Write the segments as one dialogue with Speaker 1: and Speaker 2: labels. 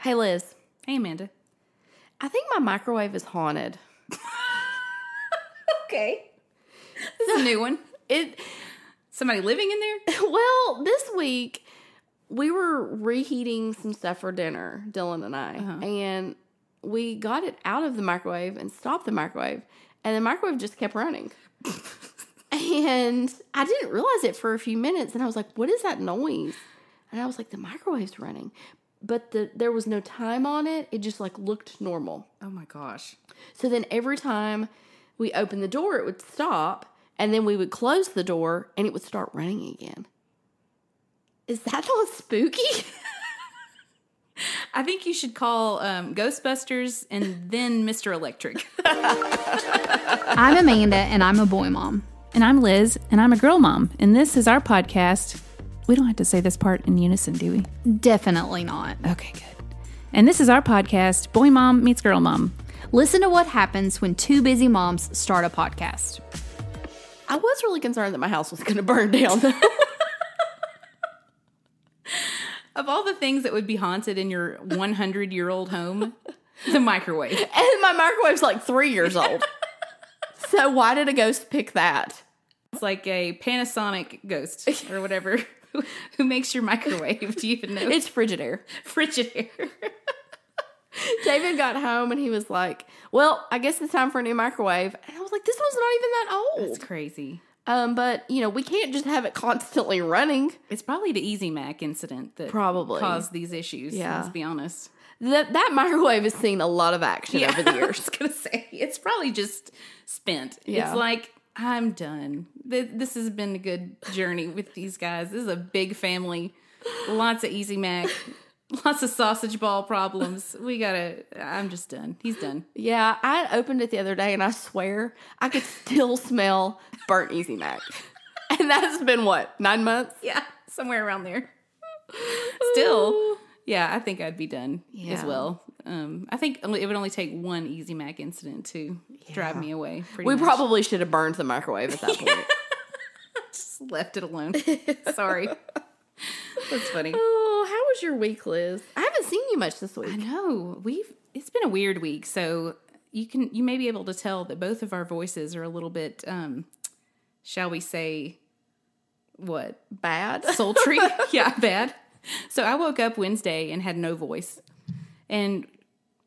Speaker 1: Hey, Liz,
Speaker 2: Hey, Amanda.
Speaker 1: I think my microwave is haunted.
Speaker 2: Okay. This is a new one.
Speaker 1: It
Speaker 2: Somebody living in there?
Speaker 1: well, this week we were reheating some stuff for dinner, Dylan and I,
Speaker 2: Uh-huh.
Speaker 1: and we got it out of the microwave and stopped the microwave, and the microwave just kept running. and I didn't realize it for a few minutes, and I was like, "What is that noise?" And I was like, "The microwave's running." But the, there was no time on it. It just like looked normal.
Speaker 2: Oh my gosh.
Speaker 1: So then every time we opened the door, it would stop, and then we would close the door and it would start running again. Is that not spooky?
Speaker 2: I think you should call um, Ghostbusters and then Mr. Electric.
Speaker 3: I'm Amanda, and I'm a boy mom.
Speaker 4: And I'm Liz, and I'm a girl mom, and this is our podcast. We don't have to say this part in unison, do we?
Speaker 3: Definitely not.
Speaker 4: Okay, good. And this is our podcast, Boy Mom Meets Girl Mom.
Speaker 3: Listen to what happens when two busy moms start a podcast.
Speaker 1: I was really concerned that my house was going to burn down. though.
Speaker 2: of all the things that would be haunted in your 100 year old home, the microwave.
Speaker 1: and my microwave's like three years old. so why did a ghost pick that?
Speaker 2: It's like a Panasonic ghost or whatever. Who makes your microwave? Do you even know?
Speaker 1: It's Frigidaire.
Speaker 2: Frigidaire.
Speaker 1: David got home and he was like, Well, I guess it's time for a new microwave. And I was like, This one's not even that
Speaker 2: It's
Speaker 1: old.
Speaker 2: crazy.
Speaker 1: Um, but, you know, we can't just have it constantly running.
Speaker 2: It's probably the Easy Mac incident that
Speaker 1: Probably.
Speaker 2: caused these issues.
Speaker 1: Yeah.
Speaker 2: Let's be honest.
Speaker 1: That that microwave has seen a lot of action over the
Speaker 2: I
Speaker 1: years.
Speaker 2: was gonna say it's probably just spent.
Speaker 1: Yeah.
Speaker 2: It's like I'm done. Th- This has been a good journey with these guys. This is a big family. Lots of Easy Mac. Lots of sausage ball problems. We gotta. I'm just done. He's done.
Speaker 1: Yeah, I opened it the other day and I swear I could still smell burnt Easy Mac. And that's been what, nine months?
Speaker 2: Yeah, somewhere around there. Oh. Still, yeah, I think I'd be done as
Speaker 1: Yeah.
Speaker 2: well. Um, I think only- it would only take one Easy Mac incident to drive me away. Pretty
Speaker 1: We
Speaker 2: much.
Speaker 1: probably should have burned the microwave at that point.
Speaker 2: just left it alone. Sorry. Um, That's funny.
Speaker 1: Oh, how was your week, Liz? I haven't seen you much this
Speaker 2: I
Speaker 1: week.
Speaker 2: know we've. It's been a weird week, so you can you may be able to tell that both of our voices are a little bit, um, shall we say, what
Speaker 1: Bad.
Speaker 2: sultry? yeah, bad. So I woke up Wednesday and had no voice, and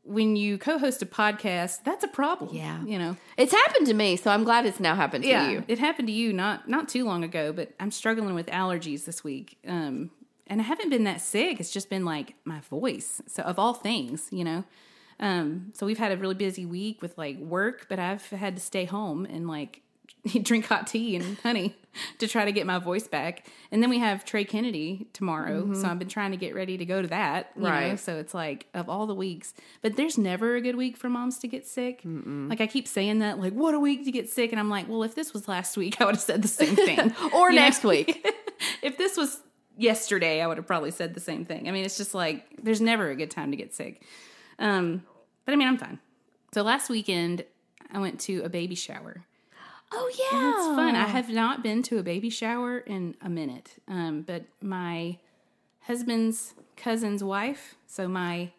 Speaker 2: when you co-host a podcast, that's a problem.
Speaker 1: Yeah.
Speaker 2: you know.
Speaker 1: It's happened to me, so I'm glad it's now happened to
Speaker 2: yeah,
Speaker 1: you.
Speaker 2: It happened to you not not too long ago, but I'm struggling with allergies this week. Um and I haven't been that sick. It's just been like my voice. So of all things, you know. Um so we've had a really busy week with like work, but I've had to stay home and like drink hot tea and honey to try to get my voice back. And then we have Trey Kennedy tomorrow, so I've been trying to get ready to go to that, you know?
Speaker 1: Mm-hmm. Right.
Speaker 2: So it's like of all the weeks, but there's never a good week for moms to get sick. Like I keep saying that, like what a week to get sick, and I'm like, well, if this was last week, I would have said the same thing.
Speaker 1: Or
Speaker 2: You know?
Speaker 1: next week.
Speaker 2: if this was yesterday, I would have probably said the same thing. I mean, it's just like there's never a good time to get sick. Um, but I mean, I'm fine. So last weekend, I went to a baby shower.
Speaker 1: Oh yeah.
Speaker 2: It's fun. I have not been to a baby shower in a minute. Um, but my husband's cousin's wife, so my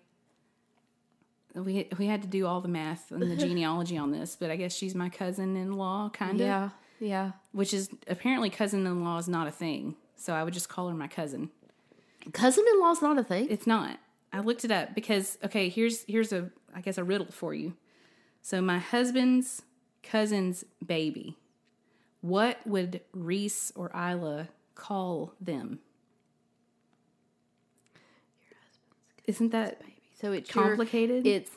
Speaker 2: we we had to do all the math and the genealogy on this, but I guess she's my cousin-in-law kind of,
Speaker 1: Yeah. Yeah.
Speaker 2: which is apparently cousin-in-law is not a thing. So I would just call her my cousin.
Speaker 1: Cousin in law's not a thing.
Speaker 2: It's not. I looked it up because okay, here's here's a I guess a riddle for you. So my husband's cousin's baby. What would Reese or Isla call them? Isn't that
Speaker 1: so it's your-
Speaker 2: complicated?
Speaker 1: it's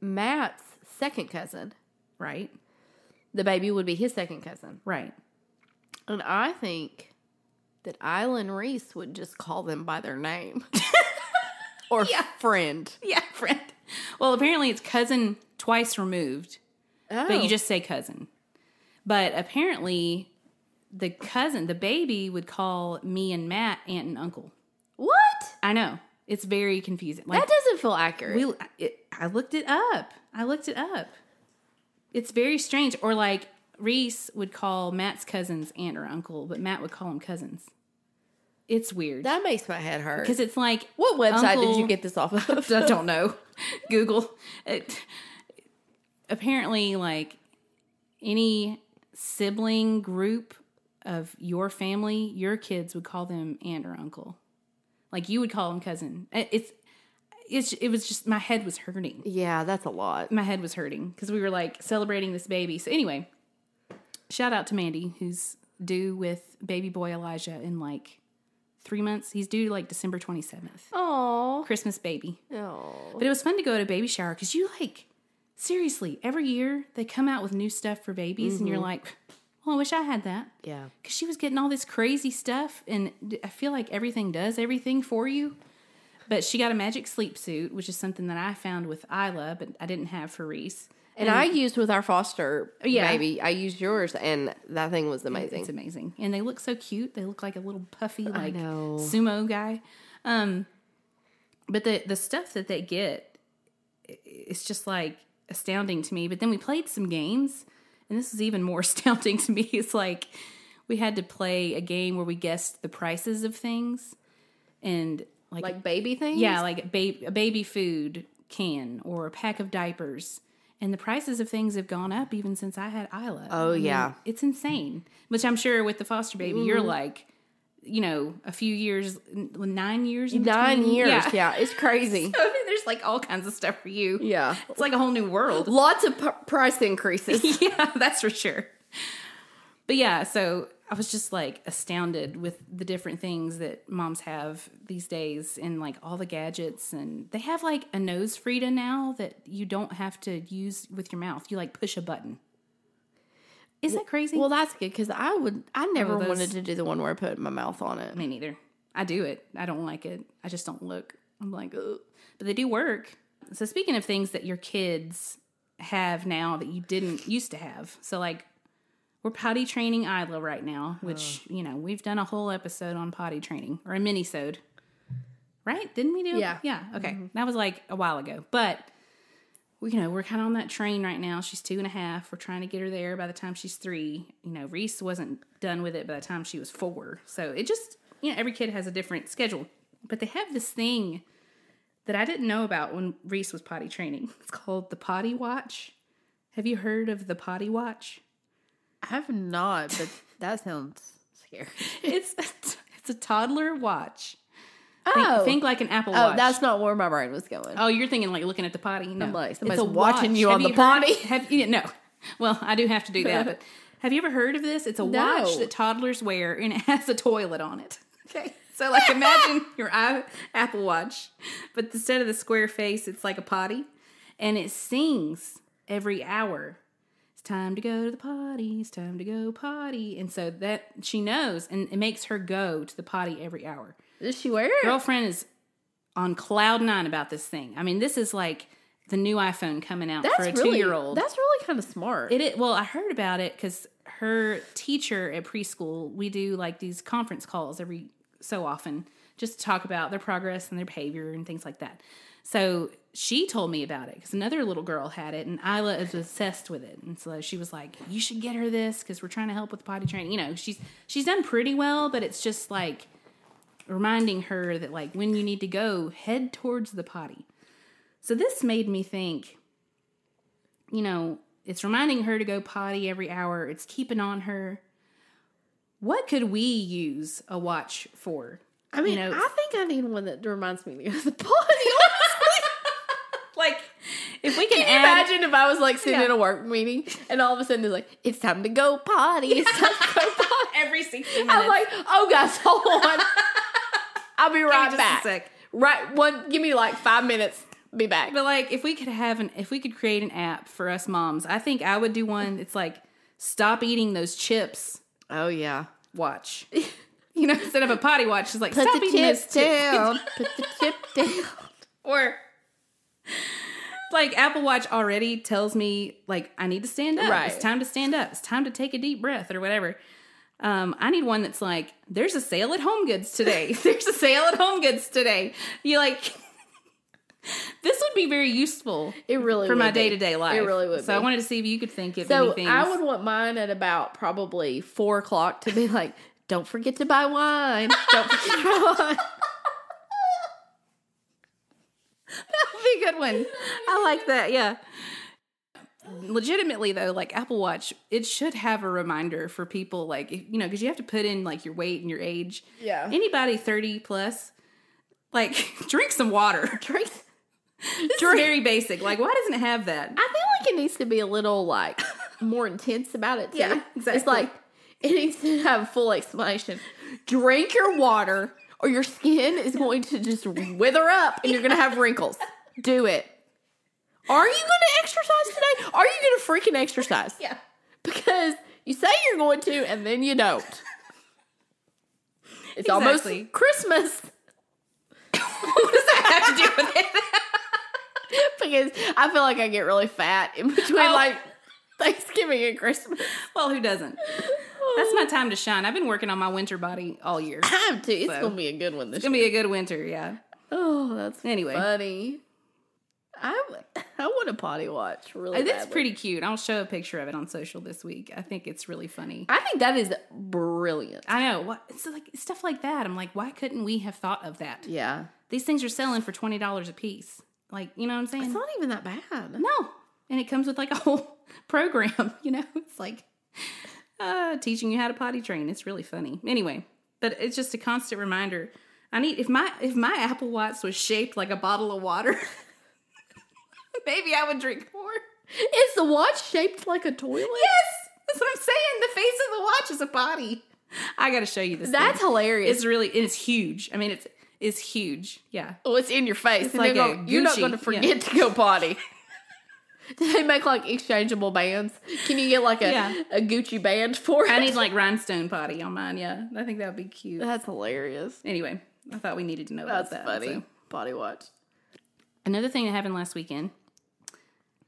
Speaker 1: Matt's second cousin.
Speaker 2: right.
Speaker 1: The baby would be his second cousin.
Speaker 2: Right.
Speaker 1: And I think that Island Reese would just call them by their name or friend.
Speaker 2: Yeah, friend. Well, apparently it's cousin twice removed.
Speaker 1: Oh.
Speaker 2: But you just say cousin. But apparently the cousin, the baby would call me and Matt aunt and uncle.
Speaker 1: what?
Speaker 2: I know. It's very confusing. Like
Speaker 1: That doesn't feel accurate.
Speaker 2: we it, I looked it up. I looked it up. It's very strange or like Reese would call Matt's cousins aunt or uncle, but Matt would call them cousins. It's weird
Speaker 1: That makes my head hurt.
Speaker 2: because it's like
Speaker 1: what website did
Speaker 2: Uncle-
Speaker 1: you get this off of?
Speaker 2: I don't know. Google. It, apparently, like any sibling group of your family, your kids would call them aunt or uncle. Like you would call them cousin. It- It's it's it was just my head was hurting
Speaker 1: yeah, that's a lot.
Speaker 2: my head was hurting because we were like celebrating this baby. So anyway, shout out to Mandy who's due with baby boy Elijah in like three months. He's due like December twenty seventh.
Speaker 1: Oh,
Speaker 2: Christmas baby.
Speaker 1: oh,
Speaker 2: But it was fun to go to baby shower because you like seriously every year they come out with new stuff for babies, and you're like, well, I wish I had that
Speaker 1: yeah.
Speaker 2: because she was getting all this crazy stuff, and d- I feel like everything does everything for you. But she got a magic sleep suit, which is something that I found with Isla, but I didn't have for Reese.
Speaker 1: And I used with our foster
Speaker 2: Mm. Yeah.
Speaker 1: baby. I used yours, and that thing was amazing.
Speaker 2: It's amazing, and they look so cute. They look like a little puffy, like
Speaker 1: know.
Speaker 2: sumo guy. Um, but the the stuff that they get, i- it's just like astounding to me. But then we played some games, and this is even more astounding to me. It's like we had to play a game where we guessed the prices of things, and like,
Speaker 1: like baby things.
Speaker 2: yeah, like a, ba- a baby food can or a pack of diapers. And the prices of things have gone up even since I had Isla.
Speaker 1: Oh, yeah. Mm-hmm.
Speaker 2: It's insane. Which I'm sure with the foster baby, you're like, you know, a few years, n- nine years, in
Speaker 1: nine
Speaker 2: between.
Speaker 1: years. Yeah, it's crazy.
Speaker 2: I mean, there's like all kinds of stuff for you.
Speaker 1: Yeah.
Speaker 2: It's like a whole new world.
Speaker 1: Lots of p- price increases.
Speaker 2: yeah, that's for sure. But yeah, so I was just like astounded with the different things that moms have these days and like all the gadgets and they have like a nose Frida now that you don't have to use with your mouth. You like push a button. Is that crazy?
Speaker 1: well, that's good because I would. I never
Speaker 2: those-
Speaker 1: wanted to do the one where I put my mouth on it.
Speaker 2: me neither. I do it. I don't like it. I just don't look. I'm like, Ugh. but they do work. So speaking of things that your kids have now that you didn't used to have, so like we're potty training Isla right now, which you know we've done a whole episode on potty training or a mini sode, right? Didn't we do?
Speaker 1: Yeah.
Speaker 2: yeah. Okay, that was like a while ago, but. we- You know, we're kind of on that train right now. She's two and a half. We're trying to get her there by the time she's three. You know, Reese wasn't done with it by the time she was four. So it just, you know, every kid has a different schedule. But they have this thing that I didn't know about when Reese was potty training. It's called the potty watch. Have you heard of the potty watch?
Speaker 5: I have not, but that sounds scary.
Speaker 2: It's a t- it's a toddler watch. Think,
Speaker 1: Oh,
Speaker 2: think like an Apple
Speaker 1: oh,
Speaker 2: Watch.
Speaker 1: that's not where my brain was going.
Speaker 2: Oh, you're thinking like looking at the potty. No,
Speaker 1: like,
Speaker 2: It's
Speaker 1: somebody's
Speaker 2: a
Speaker 1: watching you on the
Speaker 2: heard-
Speaker 1: potty.
Speaker 2: Have you? No. Well, I do have to do that. But have you ever heard of this? It's a watch
Speaker 1: No.
Speaker 2: that toddlers wear, and it has a toilet on it. Okay. So like, imagine your i- Apple Watch, but instead of the square face, it's like a potty, and it sings every hour. It's time to go to the potty. It's time to go potty. And so that she knows, and it makes her go to the potty every hour
Speaker 1: Does she wear it?
Speaker 2: girlfriend is on cloud nine about this thing. I mean, this is like the new iPhone coming out for a two year old.
Speaker 1: That's really kind of smart.
Speaker 2: It, i- well, I heard about it because her teacher at preschool, we do like these conference calls every so often just to talk about their progress and their behavior and things like that. So she told me about it because another little girl had it and Isla is obsessed with it. And so she was like, You should get her this because we're trying to help with potty training. You know, she's she's done pretty well, but it's just like reminding her that like when you need to go, head towards the potty. So this made me think you know, it's reminding her to go potty every hour, it's keeping on her. What could we use a watch for?
Speaker 1: I mean,
Speaker 2: know-
Speaker 1: I think I need one that reminds me to go to the potty. honestly.
Speaker 2: Like, if we
Speaker 1: Can
Speaker 2: can,
Speaker 1: you
Speaker 2: add,
Speaker 1: imagine if I was like sitting
Speaker 2: Yeah.
Speaker 1: in a work meeting and all of a sudden it's like, it's time to go potty. It's time to go potty.
Speaker 2: every 60 minutes.
Speaker 1: I'm like, oh guys, hold on. I'll be right
Speaker 2: just a
Speaker 1: back.
Speaker 2: sec.
Speaker 1: Right one give me like five minutes. Be back.
Speaker 2: But like, if we could have an, if we could create an app for us moms, I think I would do one. It's like, stop eating those chips.
Speaker 1: Oh yeah.
Speaker 2: Watch. You know, instead of a potty watch, it's like
Speaker 1: Put
Speaker 2: stop
Speaker 1: the
Speaker 2: eating those
Speaker 1: chip
Speaker 2: chips.
Speaker 1: down. Put the chip down.
Speaker 2: Or like Apple Watch already tells me like I need to stand up.
Speaker 1: Right.
Speaker 2: It's time to stand up. It's time to take a deep breath or whatever. Um, I need one that's like, there's a sale at Home Goods today. there's a sale at Home Goods today. You like this would be very useful
Speaker 1: It really
Speaker 2: for my
Speaker 1: would be.
Speaker 2: day to day life.
Speaker 1: It really would
Speaker 2: So I
Speaker 1: be.
Speaker 2: wanted to see if you could think of
Speaker 1: So
Speaker 2: anything.
Speaker 1: I would want mine at about probably four o'clock to be like, Don't forget to buy wine. Don't forget to buy wine.
Speaker 2: be a good one. I like that. Yeah. Legitimately though, like Apple Watch, it should have a reminder for people, like if- you know, because you have to put in like your weight and your age.
Speaker 1: Yeah.
Speaker 2: Anybody thirty plus, like drink some water.
Speaker 1: Drink.
Speaker 2: This is very basic. Like, why doesn't it have that?
Speaker 1: I feel like it needs to be a little like more intense about it too.
Speaker 2: Yeah,
Speaker 1: It's
Speaker 2: exactly.
Speaker 1: like it needs to have a full explanation. Drink your water, or your skin is going to just wither up, and you're going to have wrinkles. Do it. Are you going to exercise today? Are you going to freaking exercise?
Speaker 2: Yeah.
Speaker 1: Because you say you're going to, and then you don't. It's
Speaker 2: Exactly.
Speaker 1: almost Christmas.
Speaker 2: what does that have to do with it?
Speaker 1: because I feel like I get really fat in between
Speaker 2: Oh.
Speaker 1: like Thanksgiving and Christmas.
Speaker 2: well, who doesn't? That's my time to shine. I've been working on my winter body all year. It's
Speaker 1: Time to. It's
Speaker 2: So.
Speaker 1: gonna be a good one this
Speaker 2: gonna
Speaker 1: year.
Speaker 2: be a good winter, yeah.
Speaker 1: Oh, that's
Speaker 2: Anyway.
Speaker 1: funny. I w- I want a potty watch really.
Speaker 2: It's
Speaker 1: badly.
Speaker 2: pretty cute. I'll show a picture of it on social this week. I think it's really funny.
Speaker 1: I think that is brilliant.
Speaker 2: I know. What it's like stuff like that. I'm like, why couldn't we have thought of that?
Speaker 1: Yeah,
Speaker 2: These things are selling for twenty dollars a piece. Like, you know what I'm saying?
Speaker 1: it's not even that bad.
Speaker 2: no. And it comes with like a whole program, you know? It's like uh teaching you how to potty train. It's really funny. Anyway, but it's just a constant reminder. I need if my if my Apple Watch was shaped like a bottle of water, maybe I would drink more.
Speaker 1: Is the watch shaped like a toilet? Yes,
Speaker 2: That's what I'm saying. The face of the watch is a body. I gotta show you this. thing.
Speaker 1: that's hilarious.
Speaker 2: It's really it's huge. I mean, it's it's huge. Yeah.
Speaker 1: oh, it's in your face. and
Speaker 2: like
Speaker 1: they're
Speaker 2: a
Speaker 1: gonna- you're not
Speaker 2: Gucci,
Speaker 1: going to
Speaker 2: yeah.
Speaker 1: forget to go potty. Do they make like exchangeable bands? Can you get like a,
Speaker 2: Yeah.
Speaker 1: a Gucci band for it?
Speaker 2: I need like rhinestone potty on mine. Yeah, I think that would be cute.
Speaker 1: That's hilarious.
Speaker 2: Anyway, I thought we needed to know
Speaker 1: That's
Speaker 2: about that.
Speaker 1: funny.
Speaker 2: so.
Speaker 1: Potty watch.
Speaker 2: Another thing that happened last weekend.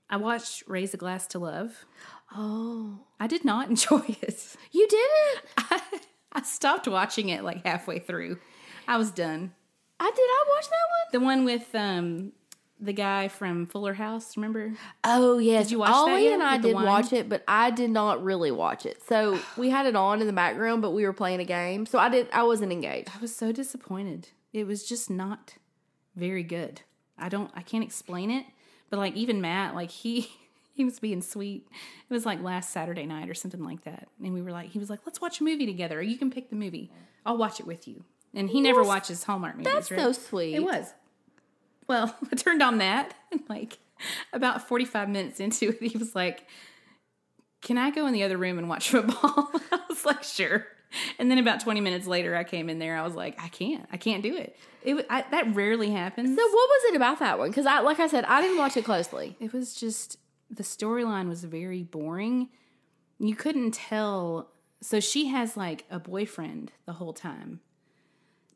Speaker 2: I watched Raise a Glass to Love.
Speaker 1: Oh,
Speaker 2: I did not enjoy it.
Speaker 1: you did it.
Speaker 2: I, I stopped watching it like halfway through. I was done.
Speaker 1: I did. I watch that
Speaker 2: The one with um the guy from Fuller House, remember?
Speaker 1: one. Oh yes,
Speaker 2: you watch that
Speaker 1: Ollie
Speaker 2: yet
Speaker 1: and I
Speaker 2: with the
Speaker 1: did
Speaker 2: wine?
Speaker 1: watch it, but I did not really watch it. So we had it on in the background, but we were playing a game, so I did. I wasn't engaged.
Speaker 2: I was so disappointed. It was just not very good. I don't I can't explain it, but like even Matt, like he he was being sweet. It was like last Saturday night or something like that. And we were like he was like, "Let's watch a movie together. Or you can pick the movie. I'll watch it with you." And he never watches Hallmark movies,
Speaker 1: That's
Speaker 2: right?
Speaker 1: so sweet.
Speaker 2: It was. Well, I turned on that and like about 45 minutes into it, he was like, Can I go in the other room and watch football? I was like, Sure. And then about 20 minutes later, I came in there. I was like, I can't. I can't do it. It wa- I, That rarely happens.
Speaker 1: So what was it about that one? Because I, like I said, I didn't watch it closely.
Speaker 2: it was just the storyline was very boring. You couldn't tell. So she has like a boyfriend the whole time.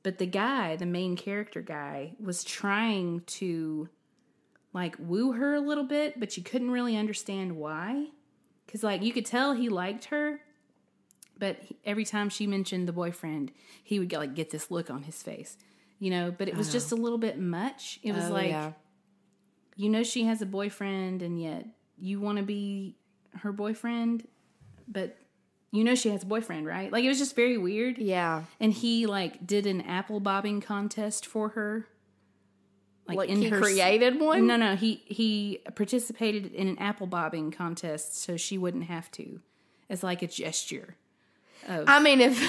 Speaker 2: But the guy, the main character guy, was trying to like woo her a little bit, but you couldn't really understand why. Cause like you could tell he liked her, but he- every time she mentioned the boyfriend, he would get like get this look on his face, you know. But it was just a little bit much. It
Speaker 1: Oh,
Speaker 2: was like you know she has a boyfriend and yet you want to be her boyfriend but you know she has a boyfriend right like it was just very weird
Speaker 1: yeah,
Speaker 2: and he like did an apple bobbing contest for her
Speaker 1: like, he created one.
Speaker 2: no no he he participated in an apple bobbing contest so she wouldn't have to as like a gesture
Speaker 1: I mean, if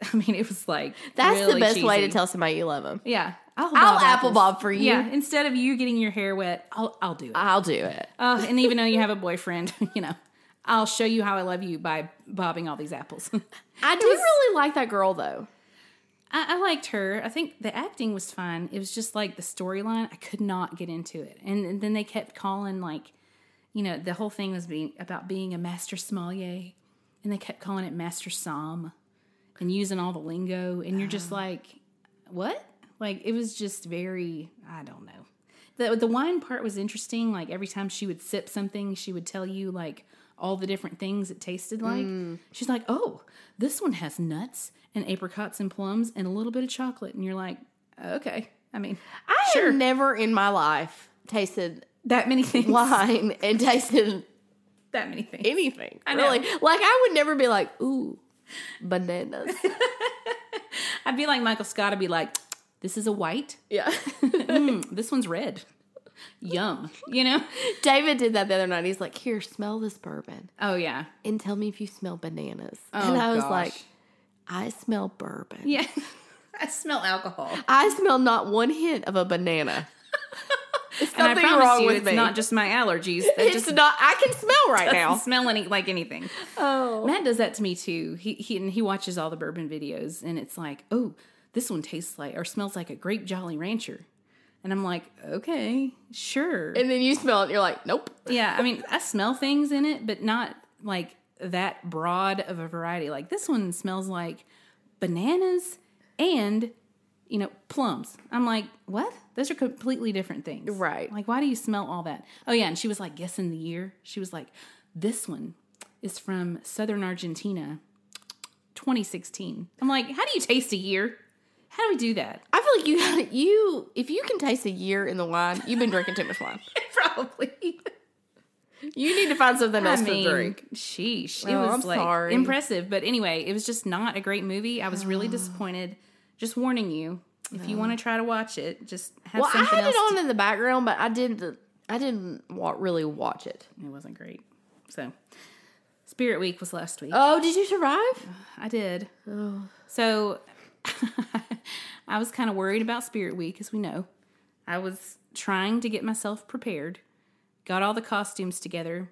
Speaker 2: i mean it was like
Speaker 1: that's the
Speaker 2: really
Speaker 1: best way to
Speaker 2: cheesy.
Speaker 1: tell somebody you love them,
Speaker 2: yeah i'll,
Speaker 1: I'll apple
Speaker 2: apples.
Speaker 1: bob for you.
Speaker 2: yeah instead of you getting your hair wet i'll i'll do it
Speaker 1: I'll do it.
Speaker 2: Oh, and even though you have a boyfriend, you know, I'll show you how I love you by bobbing all these apples. I,
Speaker 1: I do really like that girl though.
Speaker 2: I liked her. I think the acting was fine. It was just like the storyline. I could not get into it. And, and then they kept calling, like, you know, the whole thing was being about being a master sommelier. And they kept calling it master som and using all the lingo. And you're just like, what? Like, it was just very, I don't know. the the wine part was interesting. Like every time she would sip something, she would tell you like all the different things it tasted like.
Speaker 1: Mm.
Speaker 2: She's like, "Oh, this one has nuts and apricots and plums and a little bit of chocolate," and you're like, "Okay." I mean,
Speaker 1: I have never in my life tasted
Speaker 2: that many things.
Speaker 1: wine and tasted
Speaker 2: That many things.
Speaker 1: anything.
Speaker 2: know.
Speaker 1: Really. Like I would never be like, ooh, bananas.
Speaker 2: I'd be like Michael Scott. I'd be like, this is a white.
Speaker 1: Yeah.
Speaker 2: Mm, this one's red. Yum. You know?
Speaker 1: David did that the other night. He's like, here, smell this bourbon
Speaker 2: Oh, yeah.
Speaker 1: and tell me if you smell bananas. and I was
Speaker 2: gosh.
Speaker 1: like, I smell bourbon.
Speaker 2: Yeah. I smell alcohol.
Speaker 1: I smell not one hint of a banana. It's
Speaker 2: And I
Speaker 1: nothing
Speaker 2: promise
Speaker 1: wrong
Speaker 2: you,
Speaker 1: with
Speaker 2: it's
Speaker 1: me.
Speaker 2: not just my allergies. That
Speaker 1: it's
Speaker 2: just
Speaker 1: not. I can smell right now.
Speaker 2: smell any, like anything. Oh. Matt does that to me too. He, he, and he watches all the bourbon videos and it's like, oh, this one tastes like or smells like a grape Jolly Rancher. And I'm like, okay, sure.
Speaker 1: And then you smell it. and You're like, nope.
Speaker 2: yeah. I mean, I smell things in it, but not like that broad of a variety. Like this one smells like bananas and, you know, plums. I'm like, what? Those are completely different things.
Speaker 1: Right.
Speaker 2: Like, why do you smell all that? Oh, yeah. And she was like, guessing the year. She was like, this one is from southern Argentina, 2016. I'm like, how do you taste a year? How do we do that?
Speaker 1: I feel like you, you, if you can taste a year in the wine, you've been drinking too much wine.
Speaker 2: Probably.
Speaker 1: You need to find something else
Speaker 2: I mean,
Speaker 1: to drink.
Speaker 2: sheesh. It
Speaker 1: Oh,
Speaker 2: was
Speaker 1: I'm
Speaker 2: like
Speaker 1: sorry. Ah.
Speaker 2: impressive, but anyway, it was just not a great movie. I was really disappointed. Just warning you, if you want to try to watch it, just have
Speaker 1: Well, I
Speaker 2: something
Speaker 1: had
Speaker 2: else.
Speaker 1: it on
Speaker 2: to-
Speaker 1: in the background, but I didn't. I didn't wa- really watch it.
Speaker 2: it wasn't great. So, Spirit Week was last week.
Speaker 1: Oh, did you survive?
Speaker 2: I did. So, I was kind of worried about Spirit Week, as we know. I was trying to get myself prepared, got all the costumes together.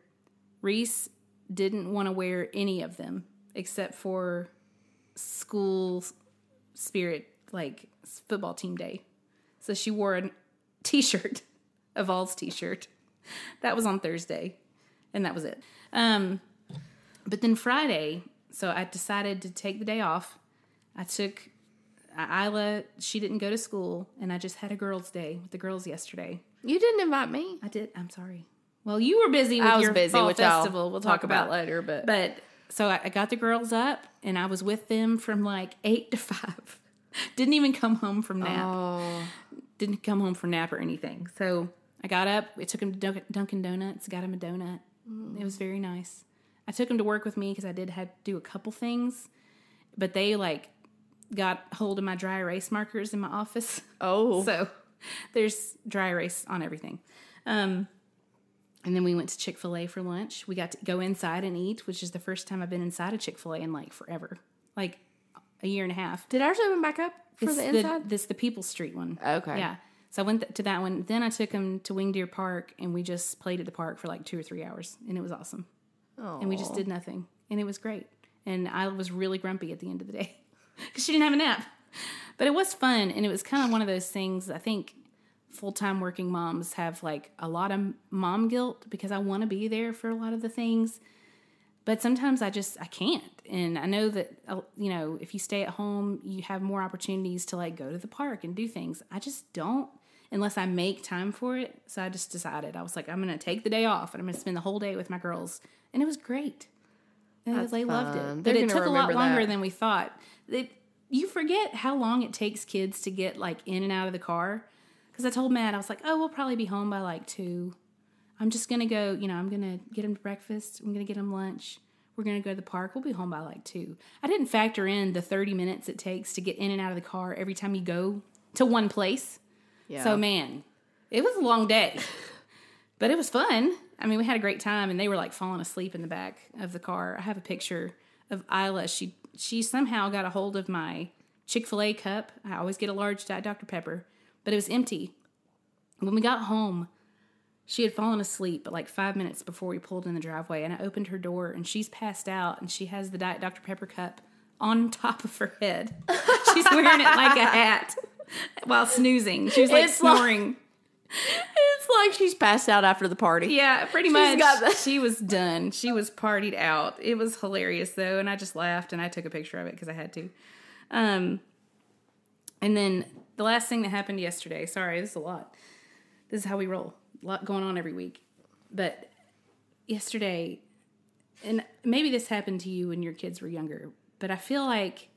Speaker 2: Reese didn't want to wear any of them except for school s- spirit, like s- football team day. So she wore a t shirt, a Vols t shirt. That was on Thursday, and that was it. Um, but then Friday, so I decided to take the day off. I took I- Isla, she didn't go to school, and I just had a girls' day with the girls yesterday.
Speaker 1: You didn't invite me.
Speaker 2: I did. I'm sorry. Well, you were busy with
Speaker 1: I was
Speaker 2: your
Speaker 1: busy,
Speaker 2: fall
Speaker 1: which I'll
Speaker 2: festival. we'll talk,
Speaker 1: talk about
Speaker 2: about,
Speaker 1: later, but-
Speaker 2: but so I, I got the girls up, and I was with them from like eight to five. Didn't even come home from nap. Didn't come home from nap or anything. So I got up. We took him to Dunk- Dunkin' Donuts. Got him a donut. It was very nice. I took him to work with me because I did had to do a couple things, but they like got hold of my dry erase markers in my office.
Speaker 1: Oh,
Speaker 2: So there's dry erase on everything. Um, and then we went to Chick fil A for lunch. We got to go inside and eat, which is the first time I've been inside a Chick fil A in like forever, like a year and a half.
Speaker 1: did ours open back up for
Speaker 2: It's
Speaker 1: the inside? Oh,
Speaker 2: this the People Street one.
Speaker 1: okay.
Speaker 2: Yeah. So I went th- to that one. Then I took him to Wing Deer Park and we just played at the park for like two or three hours and it was awesome. And we just did nothing and it was great. And I was really grumpy at the end of the day because she didn't have a nap. But it was fun and it was kind of one of those things I think full time working moms have like a lot of mom guilt because I want to be there for a lot of the things. But sometimes I just I can't, and I know that uh, you know if you stay at home, you have more opportunities to like go to the park and do things. I just don't unless I make time for it. So I just decided I was like I'm gonna take the day off and I'm gonna spend the whole day with my girls, and it was great. And they loved
Speaker 1: fun.
Speaker 2: it,
Speaker 1: They're
Speaker 2: but it
Speaker 1: gonna
Speaker 2: took a lot
Speaker 1: remember
Speaker 2: longer
Speaker 1: that.
Speaker 2: than we thought. It, you forget how long it takes kids to get like in and out of the car. Because I told Matt I was like, oh, we'll probably be home by like two. I'm just gonna go, you know, I'm gonna get him breakfast. I'm gonna get him lunch. We're gonna go to the park. We'll be home by like two. I didn't factor in the 30 minutes it takes to get in and out of the car every time you go to one place. So man, it was a long day, but it was fun. I mean, we had a great time, and they were like falling asleep in the back of the car. I have a picture of Isla. She she somehow got a hold of my Chick fil A cup. I always get a large Diet Dr Pepper, but it was empty. When we got home, she had fallen asleep, but like five minutes before we pulled in the driveway, and I opened her door, and she's passed out, and she has the Diet Dr Pepper cup on top of her head. She's wearing it like a hat while snoozing. She was like
Speaker 1: It's like-
Speaker 2: snoring.
Speaker 1: It's like she's passed out after the party.
Speaker 2: Yeah, pretty much.
Speaker 1: got the-
Speaker 2: she was done. She was partied out. It was hilarious though, and I just laughed and I took a picture of it because I had to. Um, and then the last thing that happened yesterday. Sorry, this is a lot. This is how we roll. A lot going on every week. But yesterday, and maybe this happened to you when your kids were younger, but I feel like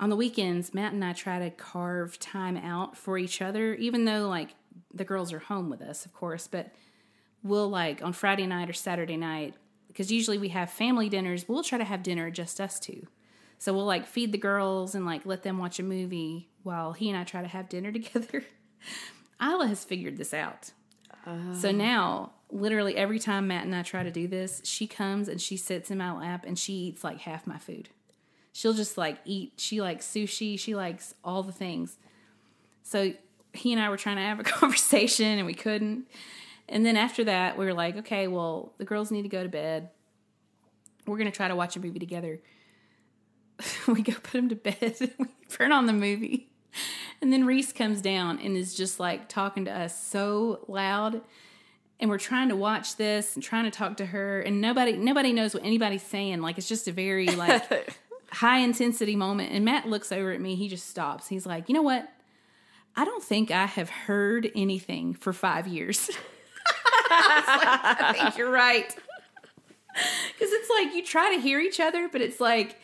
Speaker 2: on the weekends, Matt and I try to carve time out for each other, even though like the girls are home with us, of course, but we'll like on Friday night or Saturday night because usually we have family dinners. We'll try to have dinner just us two. So we'll like feed the girls and like let them watch a movie while he and I try to have dinner together. Isla has figured this out. So now, literally every time Matt and I try to do this, she comes and she sits in my lap and she eats like half my food. She'll just like eat. She likes sushi. She likes all the things. So he and I were trying to have a conversation and we couldn't. And then after that, we were like, okay, well, the girls need to go to bed. We're going to try to watch a movie together. we go put him to bed. we turn on the movie. And then Reese comes down and is just like talking to us so loud. And we're trying to watch this and trying to talk to her. And nobody nobody knows what anybody's saying. Like it's just a very like high intensity moment. And Matt looks over at me. He just stops. He's like, you know what? I don't think I have heard anything for five years. I, was like, I think you're right. Because it's like you try to hear each other, but it's like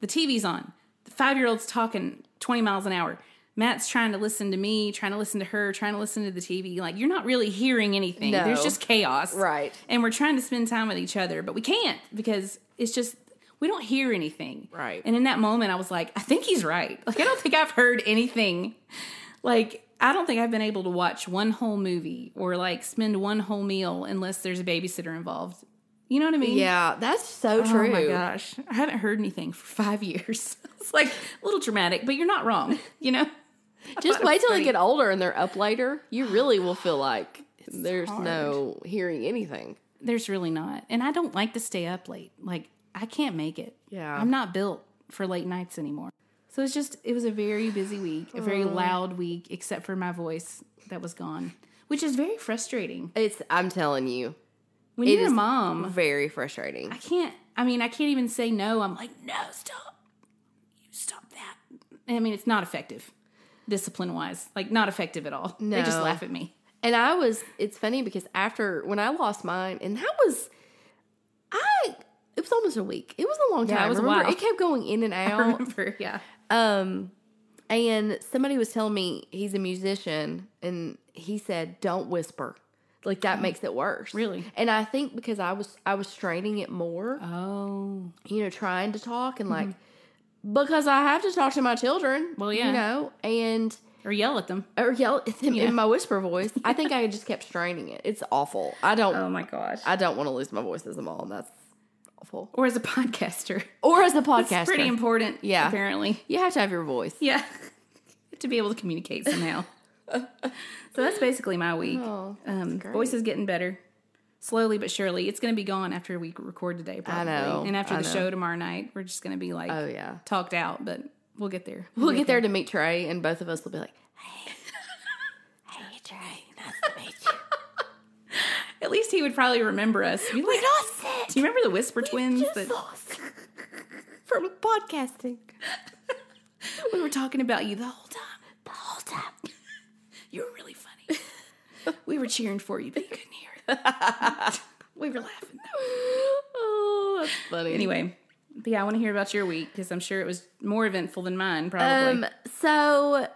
Speaker 2: the TV's on. The five year old's talking 20 miles an hour. Matt's trying to listen to me, trying to listen to her, trying to listen to the TV. Like, you're not really hearing anything.
Speaker 1: No.
Speaker 2: There's just chaos.
Speaker 1: Right.
Speaker 2: And we're trying to spend time with each other, but we can't because it's just, we don't hear anything.
Speaker 1: Right.
Speaker 2: And in that moment, I was like, I think he's right. Like, I don't think I've heard anything. Like, I don't think I've been able to watch one whole movie or like spend one whole meal unless there's a babysitter involved. You know what I mean?
Speaker 1: Yeah, that's so true.
Speaker 2: Oh my gosh. I haven't heard anything for five years. it's like a little dramatic, but you're not wrong, you know?
Speaker 1: Just wait till they get older and they're up later. You really will feel like there's no hearing anything.
Speaker 2: There's really not. And I don't like to stay up late. Like, I can't make it.
Speaker 1: Yeah.
Speaker 2: I'm not built for late nights anymore. So it's just, it was a very busy week, a
Speaker 1: Uh.
Speaker 2: very loud week, except for my voice that was gone, which is very frustrating.
Speaker 1: It's I'm telling you,
Speaker 2: When
Speaker 1: It
Speaker 2: you're
Speaker 1: is
Speaker 2: a mom,
Speaker 1: very frustrating.
Speaker 2: I can't. I mean, I can't even say no. I'm like, no, stop, you stop that. I mean, it's not effective, discipline wise, like not effective at all. They just
Speaker 1: No.
Speaker 2: laugh at me.
Speaker 1: And I was, it's funny because after when I lost mine, and that was, I, it was almost a week. It was a long time.
Speaker 2: it was a
Speaker 1: Remember,
Speaker 2: while.
Speaker 1: It kept going in and
Speaker 2: I
Speaker 1: out.
Speaker 2: remember, yeah.
Speaker 1: Um, and somebody was telling me he's a musician, and he said, "Don't whisper." Like that makes it worse.
Speaker 2: Really?
Speaker 1: And I think because I was I was straining it more,
Speaker 2: Oh,
Speaker 1: you know, trying to talk and like because I have to talk to my children.
Speaker 2: Mm-hmm. Well, yeah.
Speaker 1: You know, and
Speaker 2: or yell at them.
Speaker 1: or yell at them in my whisper voice. I think I just kept straining it. It's awful. I don't
Speaker 2: my gosh.
Speaker 1: I don't want to lose my voice as a mom. That's awful.
Speaker 2: Or as a podcaster,
Speaker 1: Or as a
Speaker 2: it's
Speaker 1: podcaster.
Speaker 2: pretty important.
Speaker 1: Yeah.
Speaker 2: apparently,
Speaker 1: you have to have your voice.
Speaker 2: yeah, to be able to communicate somehow. so that's basically my week.
Speaker 1: Oh,
Speaker 2: um, voice is getting better. Slowly but surely, it's going to be gone after we record today. Probably.
Speaker 1: know,
Speaker 2: And after
Speaker 1: I
Speaker 2: the
Speaker 1: know.
Speaker 2: show tomorrow night, we're just going to be like,
Speaker 1: Oh yeah.
Speaker 2: talked out, but we'll get there.
Speaker 1: We'll get there to meet Trey, and both of us will be like,
Speaker 2: At least he would probably remember us. We'd like, Do you remember the Whisper Twins? that-
Speaker 1: "From podcasting."
Speaker 2: we were talking about you the whole time. The whole time. you were really funny. we were cheering for you, but you couldn't hear it. we were laughing.
Speaker 1: Oh, that's funny.
Speaker 2: Anyway, but yeah, I want to hear about your week because I'm sure it was more eventful than mine, probably.
Speaker 1: um, so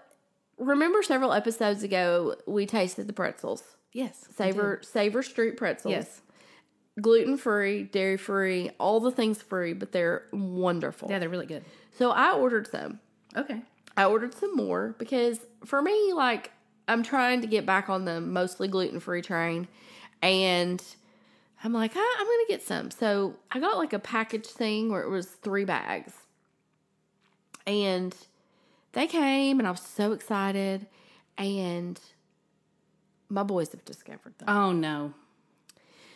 Speaker 1: remember several episodes ago we tasted the pretzels,
Speaker 2: yes.
Speaker 1: Savor Savor Street pretzels.
Speaker 2: Yes.
Speaker 1: gluten free, dairy free, all the things free, but they're wonderful.
Speaker 2: Yeah, they're really good.
Speaker 1: So I ordered some.
Speaker 2: Okay.
Speaker 1: I ordered some more because for me, like, I'm trying to get back on the mostly gluten free train. And I'm like, "Huh, I'm going to get some. So I got like a package thing where it was three bags. And they came and I was so excited. And my boys have discovered them.
Speaker 2: Oh, no.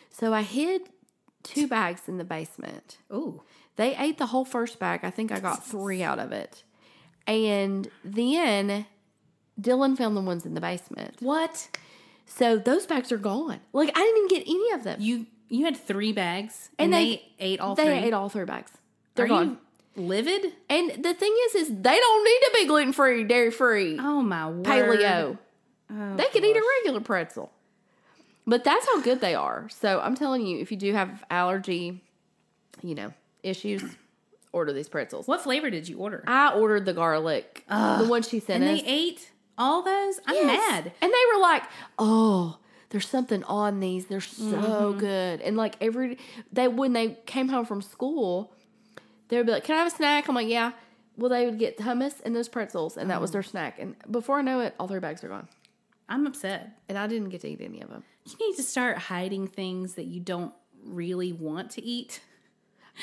Speaker 1: So I hid two bags in the basement.
Speaker 2: Ooh.
Speaker 1: They ate the whole first bag. I think I got three out of it. And then Dylan found the ones in the basement.
Speaker 2: What?
Speaker 1: So those bags are gone. Like I didn't even get any of them.
Speaker 2: You you had three bags and,
Speaker 1: And
Speaker 2: they,
Speaker 1: they-
Speaker 2: ate all
Speaker 1: they
Speaker 2: three.
Speaker 1: ate all three bags. They're
Speaker 2: Are
Speaker 1: gone.
Speaker 2: you livid?
Speaker 1: And the thing is, is they don't need to be gluten free, dairy free,
Speaker 2: Oh my word. Oh,
Speaker 1: paleo. they could eat a regular pretzel. But that's how good they are. So I'm telling you, if you do have allergy, you know, issues, order these pretzels.
Speaker 2: What flavor did you order?
Speaker 1: I ordered the garlic, the one she sent
Speaker 2: and
Speaker 1: us.
Speaker 2: they ate all those? I'm
Speaker 1: Yes.
Speaker 2: mad.
Speaker 1: And they were like, "Oh, there's something on these.
Speaker 2: Mm-hmm.
Speaker 1: They're so good." And like every they when they came home from school, they would be like, "Can I have a snack?" I'm like, "Yeah." Well, they would get hummus and those pretzels, and that was their
Speaker 2: Mm.
Speaker 1: snack. And before I know it, all three bags are gone,
Speaker 2: I'm upset.
Speaker 1: and I didn't get to eat any of them.
Speaker 2: You need to start hiding things that you don't really want to eat.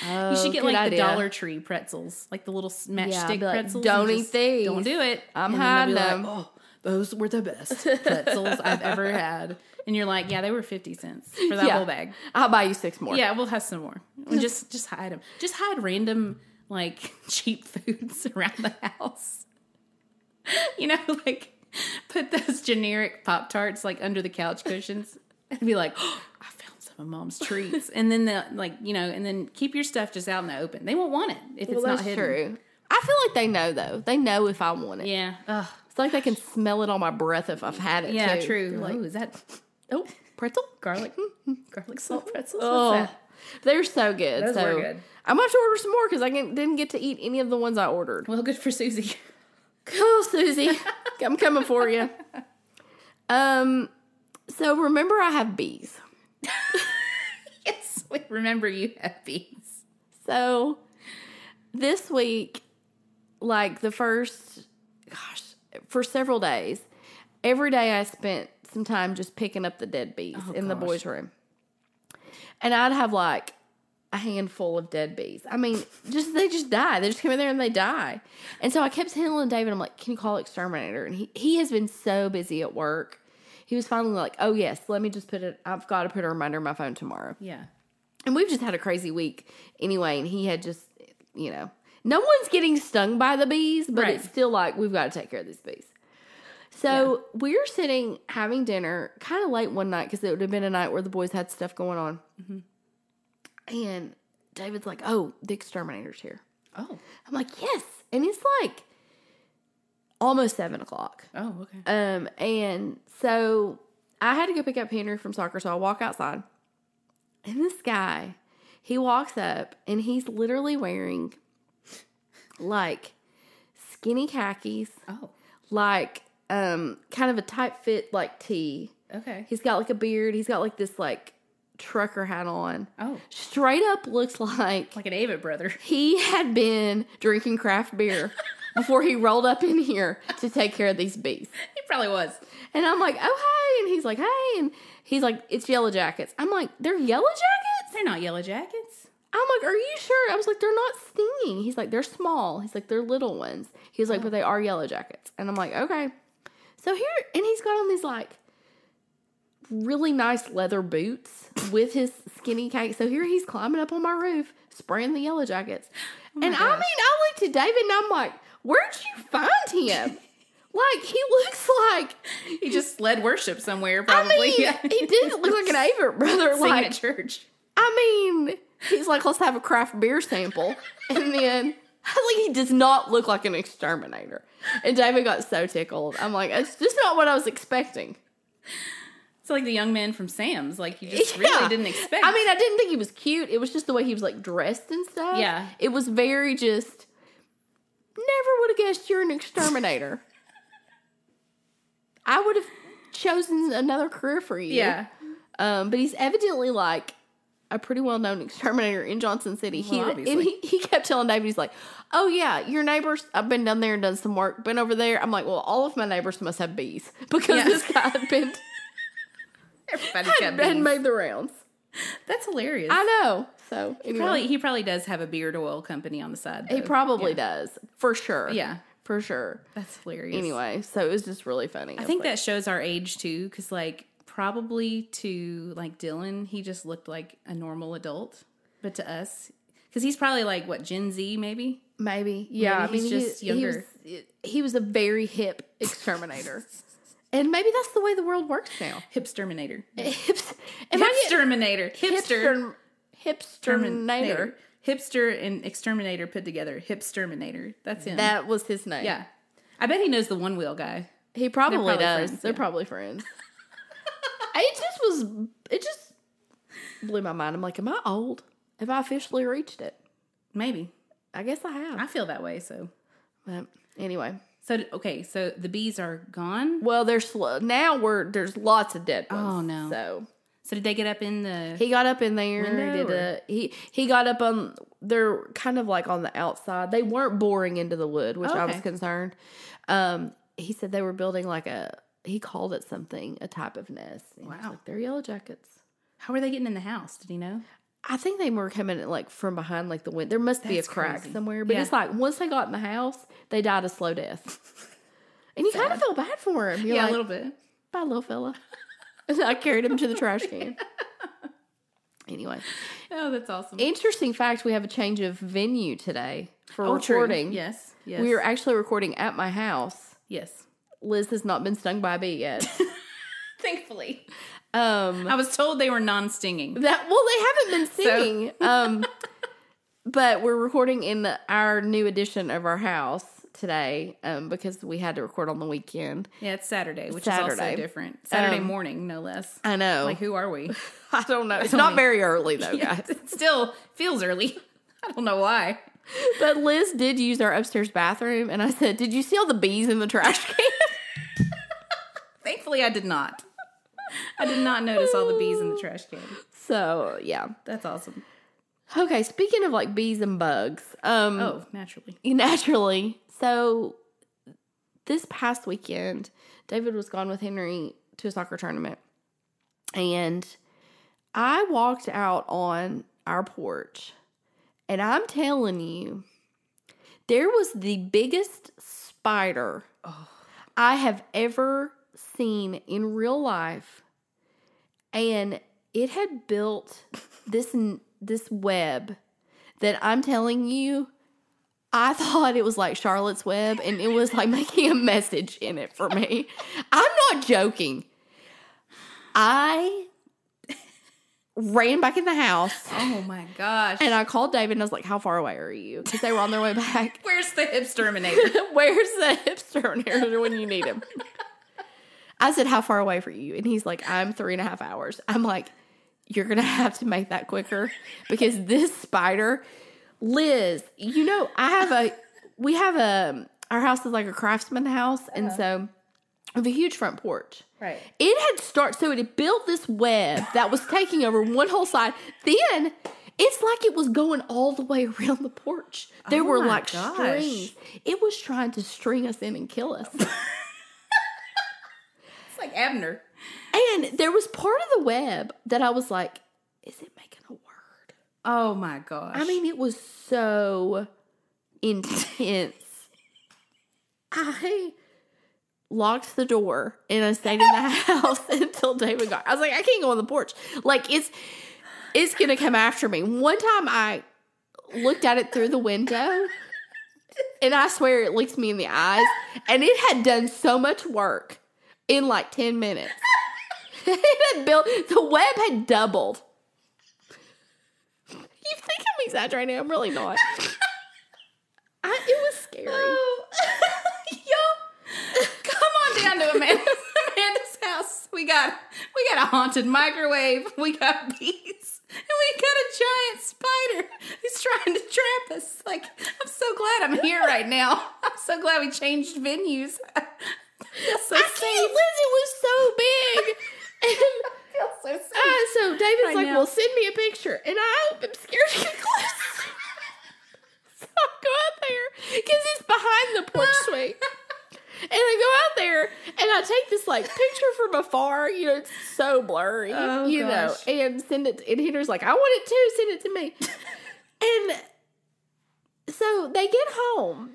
Speaker 2: you should get
Speaker 1: Oh, good
Speaker 2: like
Speaker 1: idea.
Speaker 2: the Dollar Tree pretzels, like the little s- matchstick
Speaker 1: be like,
Speaker 2: pretzels.
Speaker 1: "Don't
Speaker 2: and
Speaker 1: eat
Speaker 2: just
Speaker 1: these.
Speaker 2: Don't do it.
Speaker 1: I'm
Speaker 2: then they'll be
Speaker 1: hiding
Speaker 2: Like, oh, those were the best pretzels I've ever had. And you're like, yeah, they were fifty cents for that
Speaker 1: Yeah.
Speaker 2: whole bag.
Speaker 1: I'll buy you six more.
Speaker 2: "Oh." Yeah, we'll have some more. And just just hide them. Just hide random like cheap foods around the house. You know, like put those generic pop tarts like under the couch cushions and be like, "Oh, I found some of mom's treats, and then the like you know, and then keep your stuff just out in the open. They won't want it if
Speaker 1: well,
Speaker 2: it's not
Speaker 1: that's
Speaker 2: hidden.
Speaker 1: true. I feel like they know though. They know if I want it.
Speaker 2: Yeah, Ugh.
Speaker 1: It's like they can smell it on my breath if I've had it.
Speaker 2: yeah,
Speaker 1: too.
Speaker 2: true.
Speaker 1: They're
Speaker 2: Like,
Speaker 1: Like,
Speaker 2: oh, is that
Speaker 1: oh, pretzel.
Speaker 2: garlic? Hmm, garlic salt pretzels?
Speaker 1: Oh,
Speaker 2: What's that?
Speaker 1: they're so good.
Speaker 2: Those were
Speaker 1: so
Speaker 2: good.
Speaker 1: I'm gonna have to order some more because I can- didn't get to eat any of the ones I ordered.
Speaker 2: Well, good for Susie.
Speaker 1: Cool, Susie. I'm coming for you. Um, so remember I have bees.
Speaker 2: yes, we remember you have bees.
Speaker 1: So this week, like the first, gosh, for several days, every day I spent some time just picking up the dead bees in the boys' room. And I'd have like a handful of dead bees. I mean, just they just die. They just come in there and they die. And so I kept telling David, I'm like, can you call exterminator? And he, he has been so busy at work. He was finally like, oh, yes, let me just put it, I've got to put a reminder on my phone tomorrow.
Speaker 2: Yeah.
Speaker 1: And we've just had a crazy week anyway, and he had just, you know, no one's getting stung by the bees, but
Speaker 2: Right.
Speaker 1: it's still like we've got to take care of these bees. So we're sitting having dinner kind of late one night because it would have been a night where the boys had stuff going on. And David's like, oh, the exterminator's here.
Speaker 2: Oh.
Speaker 1: I'm like, yes. And it's like almost seven o'clock.
Speaker 2: Oh, okay.
Speaker 1: Um, and so I had to go pick up Henry from soccer, so I walk outside. And this guy, he walks up and he's literally wearing like skinny khakis,
Speaker 2: Oh,
Speaker 1: like um kind of a tight fit like tee.
Speaker 2: okay.
Speaker 1: He's got like a beard, he's got like this like trucker hat on.
Speaker 2: Oh,
Speaker 1: Straight up looks like
Speaker 2: like an Avid brother.
Speaker 1: he had been drinking craft beer before he rolled up in here to take care of these bees.
Speaker 2: He probably was.
Speaker 1: And I'm like, oh, hey. And he's like, hey. And he's like, it's Yellow Jackets. I'm like, they're Yellow Jackets?
Speaker 2: They're not yellow jackets.
Speaker 1: I'm like, are you sure? I was like, they're not stinging. He's like, they're small. He's like, they're little ones. He's like, but they are Yellow Jackets. And I'm like, okay. So here, and he's got on these like really nice leather boots with his skinny cake. So here he's climbing up on my roof, spraying the Yellow Jackets. and I mean, I look to David and I'm like, where'd you find him? like, he looks like
Speaker 2: He just led worship somewhere,
Speaker 1: I
Speaker 2: probably.
Speaker 1: mean, he didn't look like an Avert brother.
Speaker 2: Singing
Speaker 1: Like,
Speaker 2: at church.
Speaker 1: I mean, he's like, let's have a craft beer sample, and then like he does not look like an exterminator. And David got so tickled. I'm like, it's just not what I was expecting.
Speaker 2: It's like the young man from Sam's. Like you just
Speaker 1: Yeah.
Speaker 2: really didn't expect.
Speaker 1: I mean, I didn't think he was cute. It was just the way he was like dressed and stuff.
Speaker 2: Yeah.
Speaker 1: it was very just. Never would have guessed you're an exterminator. I would have chosen another career for you.
Speaker 2: yeah.
Speaker 1: Um, but he's evidently like a pretty well known exterminator in Johnson City. He
Speaker 2: Well,
Speaker 1: and he, he kept telling David, he's like, Oh yeah, your neighbors I've been down there and done some work, been over there. I'm like, Well, all of my neighbors must have bees because
Speaker 2: Yeah.
Speaker 1: this guy had been
Speaker 2: Everybody's got
Speaker 1: had, had
Speaker 2: beans.
Speaker 1: made the rounds.
Speaker 2: That's hilarious.
Speaker 1: I know. So anyway,
Speaker 2: probably he probably does have a beard oil company on the side.
Speaker 1: he
Speaker 2: though.
Speaker 1: probably
Speaker 2: Yeah.
Speaker 1: does. For sure.
Speaker 2: Yeah.
Speaker 1: For sure.
Speaker 2: That's hilarious.
Speaker 1: Anyway, so it was just really funny.
Speaker 2: I think that shows our age too, because like probably to like Dylan, he just looked like a normal adult, but to us, because he's probably like what Gen Z maybe.
Speaker 1: Maybe. Yeah.
Speaker 2: Maybe he's
Speaker 1: I mean,
Speaker 2: just
Speaker 1: he,
Speaker 2: younger.
Speaker 1: He was, he was a very hip exterminator. and maybe that's the way the world works now.
Speaker 2: Hipsterminator.
Speaker 1: Hips- Am I
Speaker 2: Hipsterminator.
Speaker 1: getting- Hipsterminator.
Speaker 2: Hipster. Hipsterminator. Hipster and exterminator put together. Hipsterminator. That's him.
Speaker 1: That was his name.
Speaker 2: yeah. I bet he knows the one wheel guy.
Speaker 1: he probably,
Speaker 2: They're probably
Speaker 1: does.
Speaker 2: friends,
Speaker 1: They're
Speaker 2: yeah.
Speaker 1: probably friends. it just was. It just blew my mind. I'm like, am I old? Have I officially reached it?
Speaker 2: Maybe.
Speaker 1: I guess I have.
Speaker 2: I feel that way. So,
Speaker 1: but anyway,
Speaker 2: so okay. So the bees are gone.
Speaker 1: well, there's sl- now we're there's lots of dead ones.
Speaker 2: Oh, no.
Speaker 1: So
Speaker 2: So did they get up in the?
Speaker 1: he got up in there.
Speaker 2: Window
Speaker 1: did a, he he got up on they're kind of like on the outside. They weren't boring into the wood, which I was
Speaker 5: Okay.
Speaker 1: concerned. Um, he said they were building like a he called it something, a type of nest. And wow,
Speaker 2: Wow.
Speaker 1: like, they're yellow jackets.
Speaker 2: How were they getting in the house? Did he know?
Speaker 1: I think they were coming in, like from behind, like the wind. There must be a
Speaker 2: That's
Speaker 1: crack
Speaker 2: crazy.
Speaker 1: somewhere, but
Speaker 2: Yeah.
Speaker 1: it's like once they got in the house, they died a slow death. And you kind of feel bad for him. You're like,
Speaker 2: bit.
Speaker 1: bye, little fella. And I carried him to the trash can. Anyway,
Speaker 2: Oh, that's awesome.
Speaker 1: interesting fact: we have a change of venue today for
Speaker 2: Oh, true.
Speaker 1: recording.
Speaker 2: Yes. Yes.
Speaker 1: we are actually recording at my house.
Speaker 2: yes.
Speaker 1: Liz has not been stung by a bee yet.
Speaker 2: Thankfully,
Speaker 1: Um,
Speaker 2: I was told they were non-stinging.
Speaker 1: That well, they haven't been singing. Um, but we're recording in our new edition of our house today um, because we had to record on the weekend.
Speaker 2: Yeah, it's Saturday, which is
Speaker 1: Saturday.
Speaker 2: also different. Saturday
Speaker 1: Um,
Speaker 2: morning, no less.
Speaker 1: I know.
Speaker 2: Like, who are we?
Speaker 1: I don't know. It's not very early though, guys.
Speaker 2: it still feels early. I don't know why.
Speaker 1: But Liz did use our upstairs bathroom, and I said, "Did you see all the bees in the trash can?"
Speaker 2: Thankfully, I did not. I did not notice all the bees in the trash can.
Speaker 1: so yeah.
Speaker 2: That's awesome.
Speaker 1: Okay. Speaking of like bees and bugs, um,
Speaker 2: Oh, naturally.
Speaker 1: naturally. So this past weekend, David was gone with Henry to a soccer tournament. And I walked out on our porch. And I'm telling you, there was the biggest spider I have ever seen in real life. And it had built this this web that I'm telling you I thought it was like Charlotte's Web and it was like making a message in it for me. I'm not joking. I ran back in the house
Speaker 2: Oh my gosh.
Speaker 1: and I called David and I was like, How far away are you? Because they were on their way back.
Speaker 2: Where's the hipsterminator?
Speaker 1: Where's the hipster on here when you need him? I said, How far away for you? And he's like, I'm three and a half hours. I'm like, You're going to have to make that quicker because this spider, Liz, you know, I have a, we have a, our house is like a craftsman house. And so we have a huge front porch.
Speaker 2: right.
Speaker 1: It had start so it had built this web that was taking over one whole side. Then it's like it was going all the way around the porch. There
Speaker 2: Oh
Speaker 1: were
Speaker 2: my
Speaker 1: like
Speaker 2: gosh.
Speaker 1: strings. It was trying to string us in and kill us.
Speaker 2: It's like Abner.
Speaker 1: and there was part of the web that I was like, is it making a word?
Speaker 2: Oh my gosh.
Speaker 1: I mean, it was so intense. I locked the door and I stayed in the house until David got. I was like, I can't go on the porch. Like it's it's gonna come after me. One time I looked at it through the window and I swear it looked me in the eyes and it had done so much work in like 10 minutes. it had built the web had doubled. You think I'm exaggerating? I'm really not. I, it was scary.
Speaker 2: Oh. Y'all, come on down to Amanda's, Amanda's house. We got we got a haunted microwave. We got bees, and we got a giant spider who's trying to trap us. Like I'm so glad I'm here right now. I'm so glad we changed venues. I feel so
Speaker 1: I can't, Liz. It was so big. And
Speaker 2: safe. I feel so safe.
Speaker 1: uh, so David's like,
Speaker 2: now.
Speaker 1: "Well, send me a picture," and I hope I'm scared to get close. so I go out there because it's behind the porch suite. And I go out there and I take this like picture from afar, you know, it's so blurry,
Speaker 2: Oh,
Speaker 1: you
Speaker 2: gosh.
Speaker 1: know, and send it. And Henry's like, I want it too, send it to me. and so they get home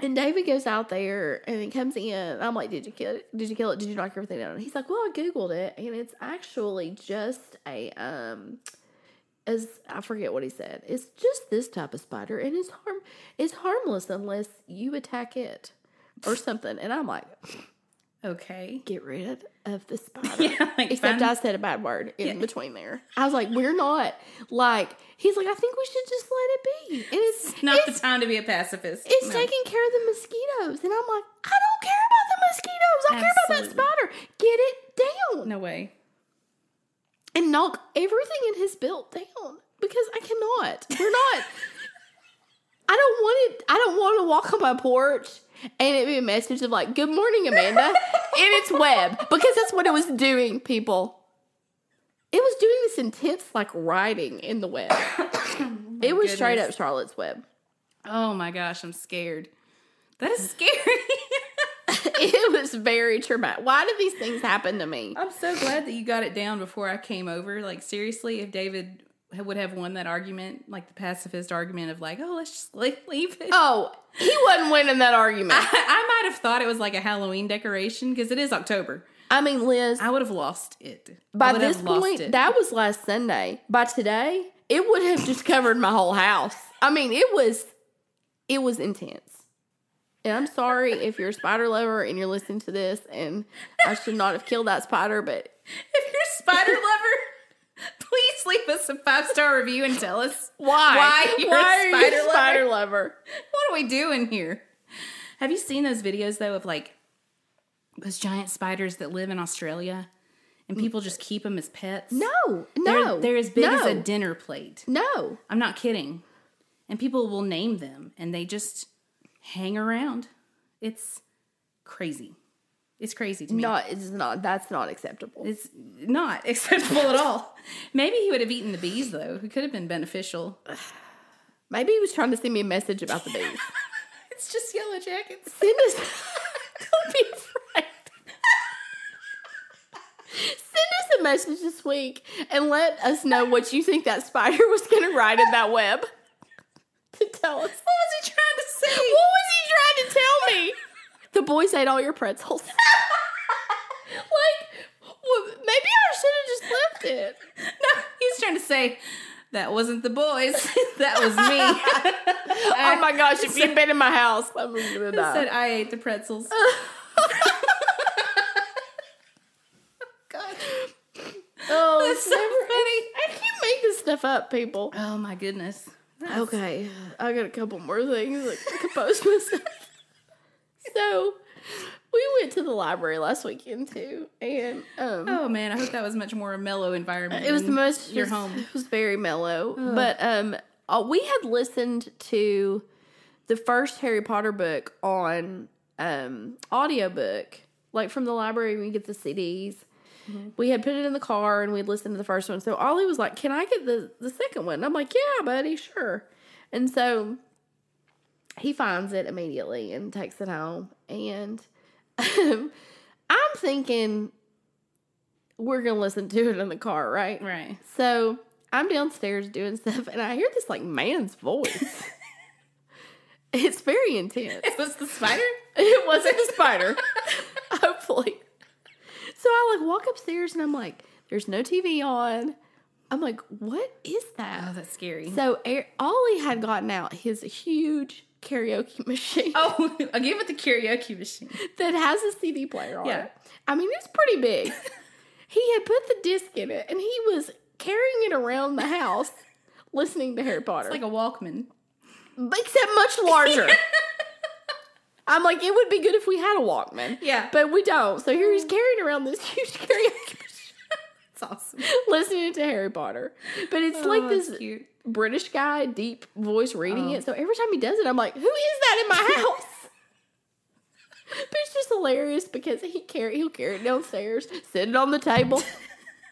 Speaker 1: and David goes out there and he comes in. I'm like, Did you kill it? Did you kill it? Did you knock everything down? And he's like, Well, I Googled it and it's actually just a um as I forget what he said. It's just this type of spider and it's harm it's harmless unless you attack it or something. And I'm like,
Speaker 2: Okay.
Speaker 1: get rid of the spider.
Speaker 2: Yeah, like
Speaker 1: Except
Speaker 2: find-
Speaker 1: I said a bad word in between there. I was like, we're not like he's like, I think we should just let it be. And it's
Speaker 2: Not the time to be a pacifist.
Speaker 1: it's
Speaker 2: No.
Speaker 1: taking care of the mosquitoes. And I'm like, I don't care about the mosquitoes. I care about that
Speaker 2: Absolutely.
Speaker 1: spider. Get it down.
Speaker 2: no way.
Speaker 1: And knock everything in his built down. Because I cannot. We're not. I don't want it. I don't want to walk on my porch and it be a message of like, good morning, Amanda. in its web. Because that's what it was doing, people. It was doing this intense like writing in the web. it was straight up Charlotte's Web.
Speaker 2: Oh my gosh, I'm scared. That is scary.
Speaker 1: it was very traumatic. Why did these things happen to me?
Speaker 2: I'm so glad that you got it down before I came over. Like seriously, if David ha- would have won that argument, like the pacifist argument of like, oh, let's just leave, leave it.
Speaker 1: Oh, he wasn't winning that argument.
Speaker 2: I might have thought it was like a Halloween decoration because it is October.
Speaker 1: I mean, Liz,
Speaker 2: I would have lost it. I
Speaker 1: by
Speaker 2: would
Speaker 1: this
Speaker 2: have lost
Speaker 1: point,
Speaker 2: it.
Speaker 1: that was last Sunday. By today, it would have just covered my whole house. I mean, it was it was intense. And I'm sorry if you're a spider lover and you're listening to this and I should not have killed that spider, but
Speaker 2: if you're a spider lover, please leave us a five star review and tell us
Speaker 1: why?
Speaker 2: Why you're a
Speaker 1: are you
Speaker 2: spider lover?
Speaker 1: spider lover?
Speaker 2: what are we doing here? Have you seen those videos though of like those giant spiders that live in Australia and people just keep them as pets?
Speaker 1: Mm. No,
Speaker 2: They're-
Speaker 1: no.
Speaker 2: they're, as big as a
Speaker 1: no,
Speaker 2: dinner plate.
Speaker 1: No.
Speaker 2: I'm not kidding. And people will name them and they just hang around. It's crazy. It's crazy to me.
Speaker 1: No, it's not that's not acceptable.
Speaker 2: It's not acceptable at all. Maybe he would have eaten the bees though. It could have been beneficial.
Speaker 1: Maybe he was trying to send me a message about the bees.
Speaker 2: It's just yellow jackets.
Speaker 1: Send us. Don't be afraid. Send us a message this week and let us know what you think that spider was going to write in that web. To tell us. What was he trying to say? What was he trying to tell me? the boys ate all your pretzels. like, well, maybe I should have just left it.
Speaker 2: No, he was trying to say that wasn't the boys. that was me.
Speaker 1: oh my gosh, if you'd been in my house, I was going to
Speaker 2: I said
Speaker 1: die.
Speaker 2: I ate the pretzels.
Speaker 1: Oh, it's
Speaker 2: That's so
Speaker 1: never.
Speaker 2: funny.
Speaker 1: I can't make this stuff up, people.
Speaker 2: Oh my goodness.
Speaker 1: Okay, I got a couple more things like to compose myself. so, we went to the library last weekend too, and um,
Speaker 2: Oh man, I hope that was much more a mellow environment.
Speaker 1: it was the
Speaker 2: than
Speaker 1: most
Speaker 2: your
Speaker 1: it was-
Speaker 2: home.
Speaker 1: It was very mellow, but um, uh, we had listened to the first Harry Potter book on um audiobook, like from the library. We get the CDs. We had put it in the car and we'd listened to the first one. So Ollie was like, "Can I get the the second one?" And I'm like, "Yeah, buddy, sure." And so he finds it immediately and takes it home. And um, I'm thinking we're gonna listen to it in the car, right?
Speaker 2: Right.
Speaker 1: So I'm downstairs doing stuff, and I hear this like man's voice. it's very intense.
Speaker 2: It was the spider?
Speaker 1: It wasn't a spider, hopefully. So I like walk upstairs, and I'm like, "There's no TV on." I'm like, "What is
Speaker 2: Oh,
Speaker 1: that?"
Speaker 2: that's scary.
Speaker 1: So Er- Ollie had gotten out his huge karaoke machine
Speaker 2: oh, I'll give it the karaoke machine.
Speaker 1: that has a CD player on
Speaker 2: Yeah.
Speaker 1: it. I mean, it's pretty big. he had put the disc in it and he was carrying it around the house listening to Harry Potter.
Speaker 2: Like a Walkman.
Speaker 1: except much larger. I'm like, it would be good if we had a Walkman.
Speaker 2: Yeah. Mm.
Speaker 1: But we don't. So here he's carrying around this huge karaoke machine
Speaker 2: It's awesome.
Speaker 1: listening to Harry Potter. But it's
Speaker 2: Oh,
Speaker 1: like
Speaker 2: that's
Speaker 1: this
Speaker 2: cute.
Speaker 1: British guy, deep voice reading
Speaker 2: Oh.
Speaker 1: it. So every time he does it, I'm like, who is that in my house? but it's just hilarious because he carry he'll carry it downstairs, sit it on the table,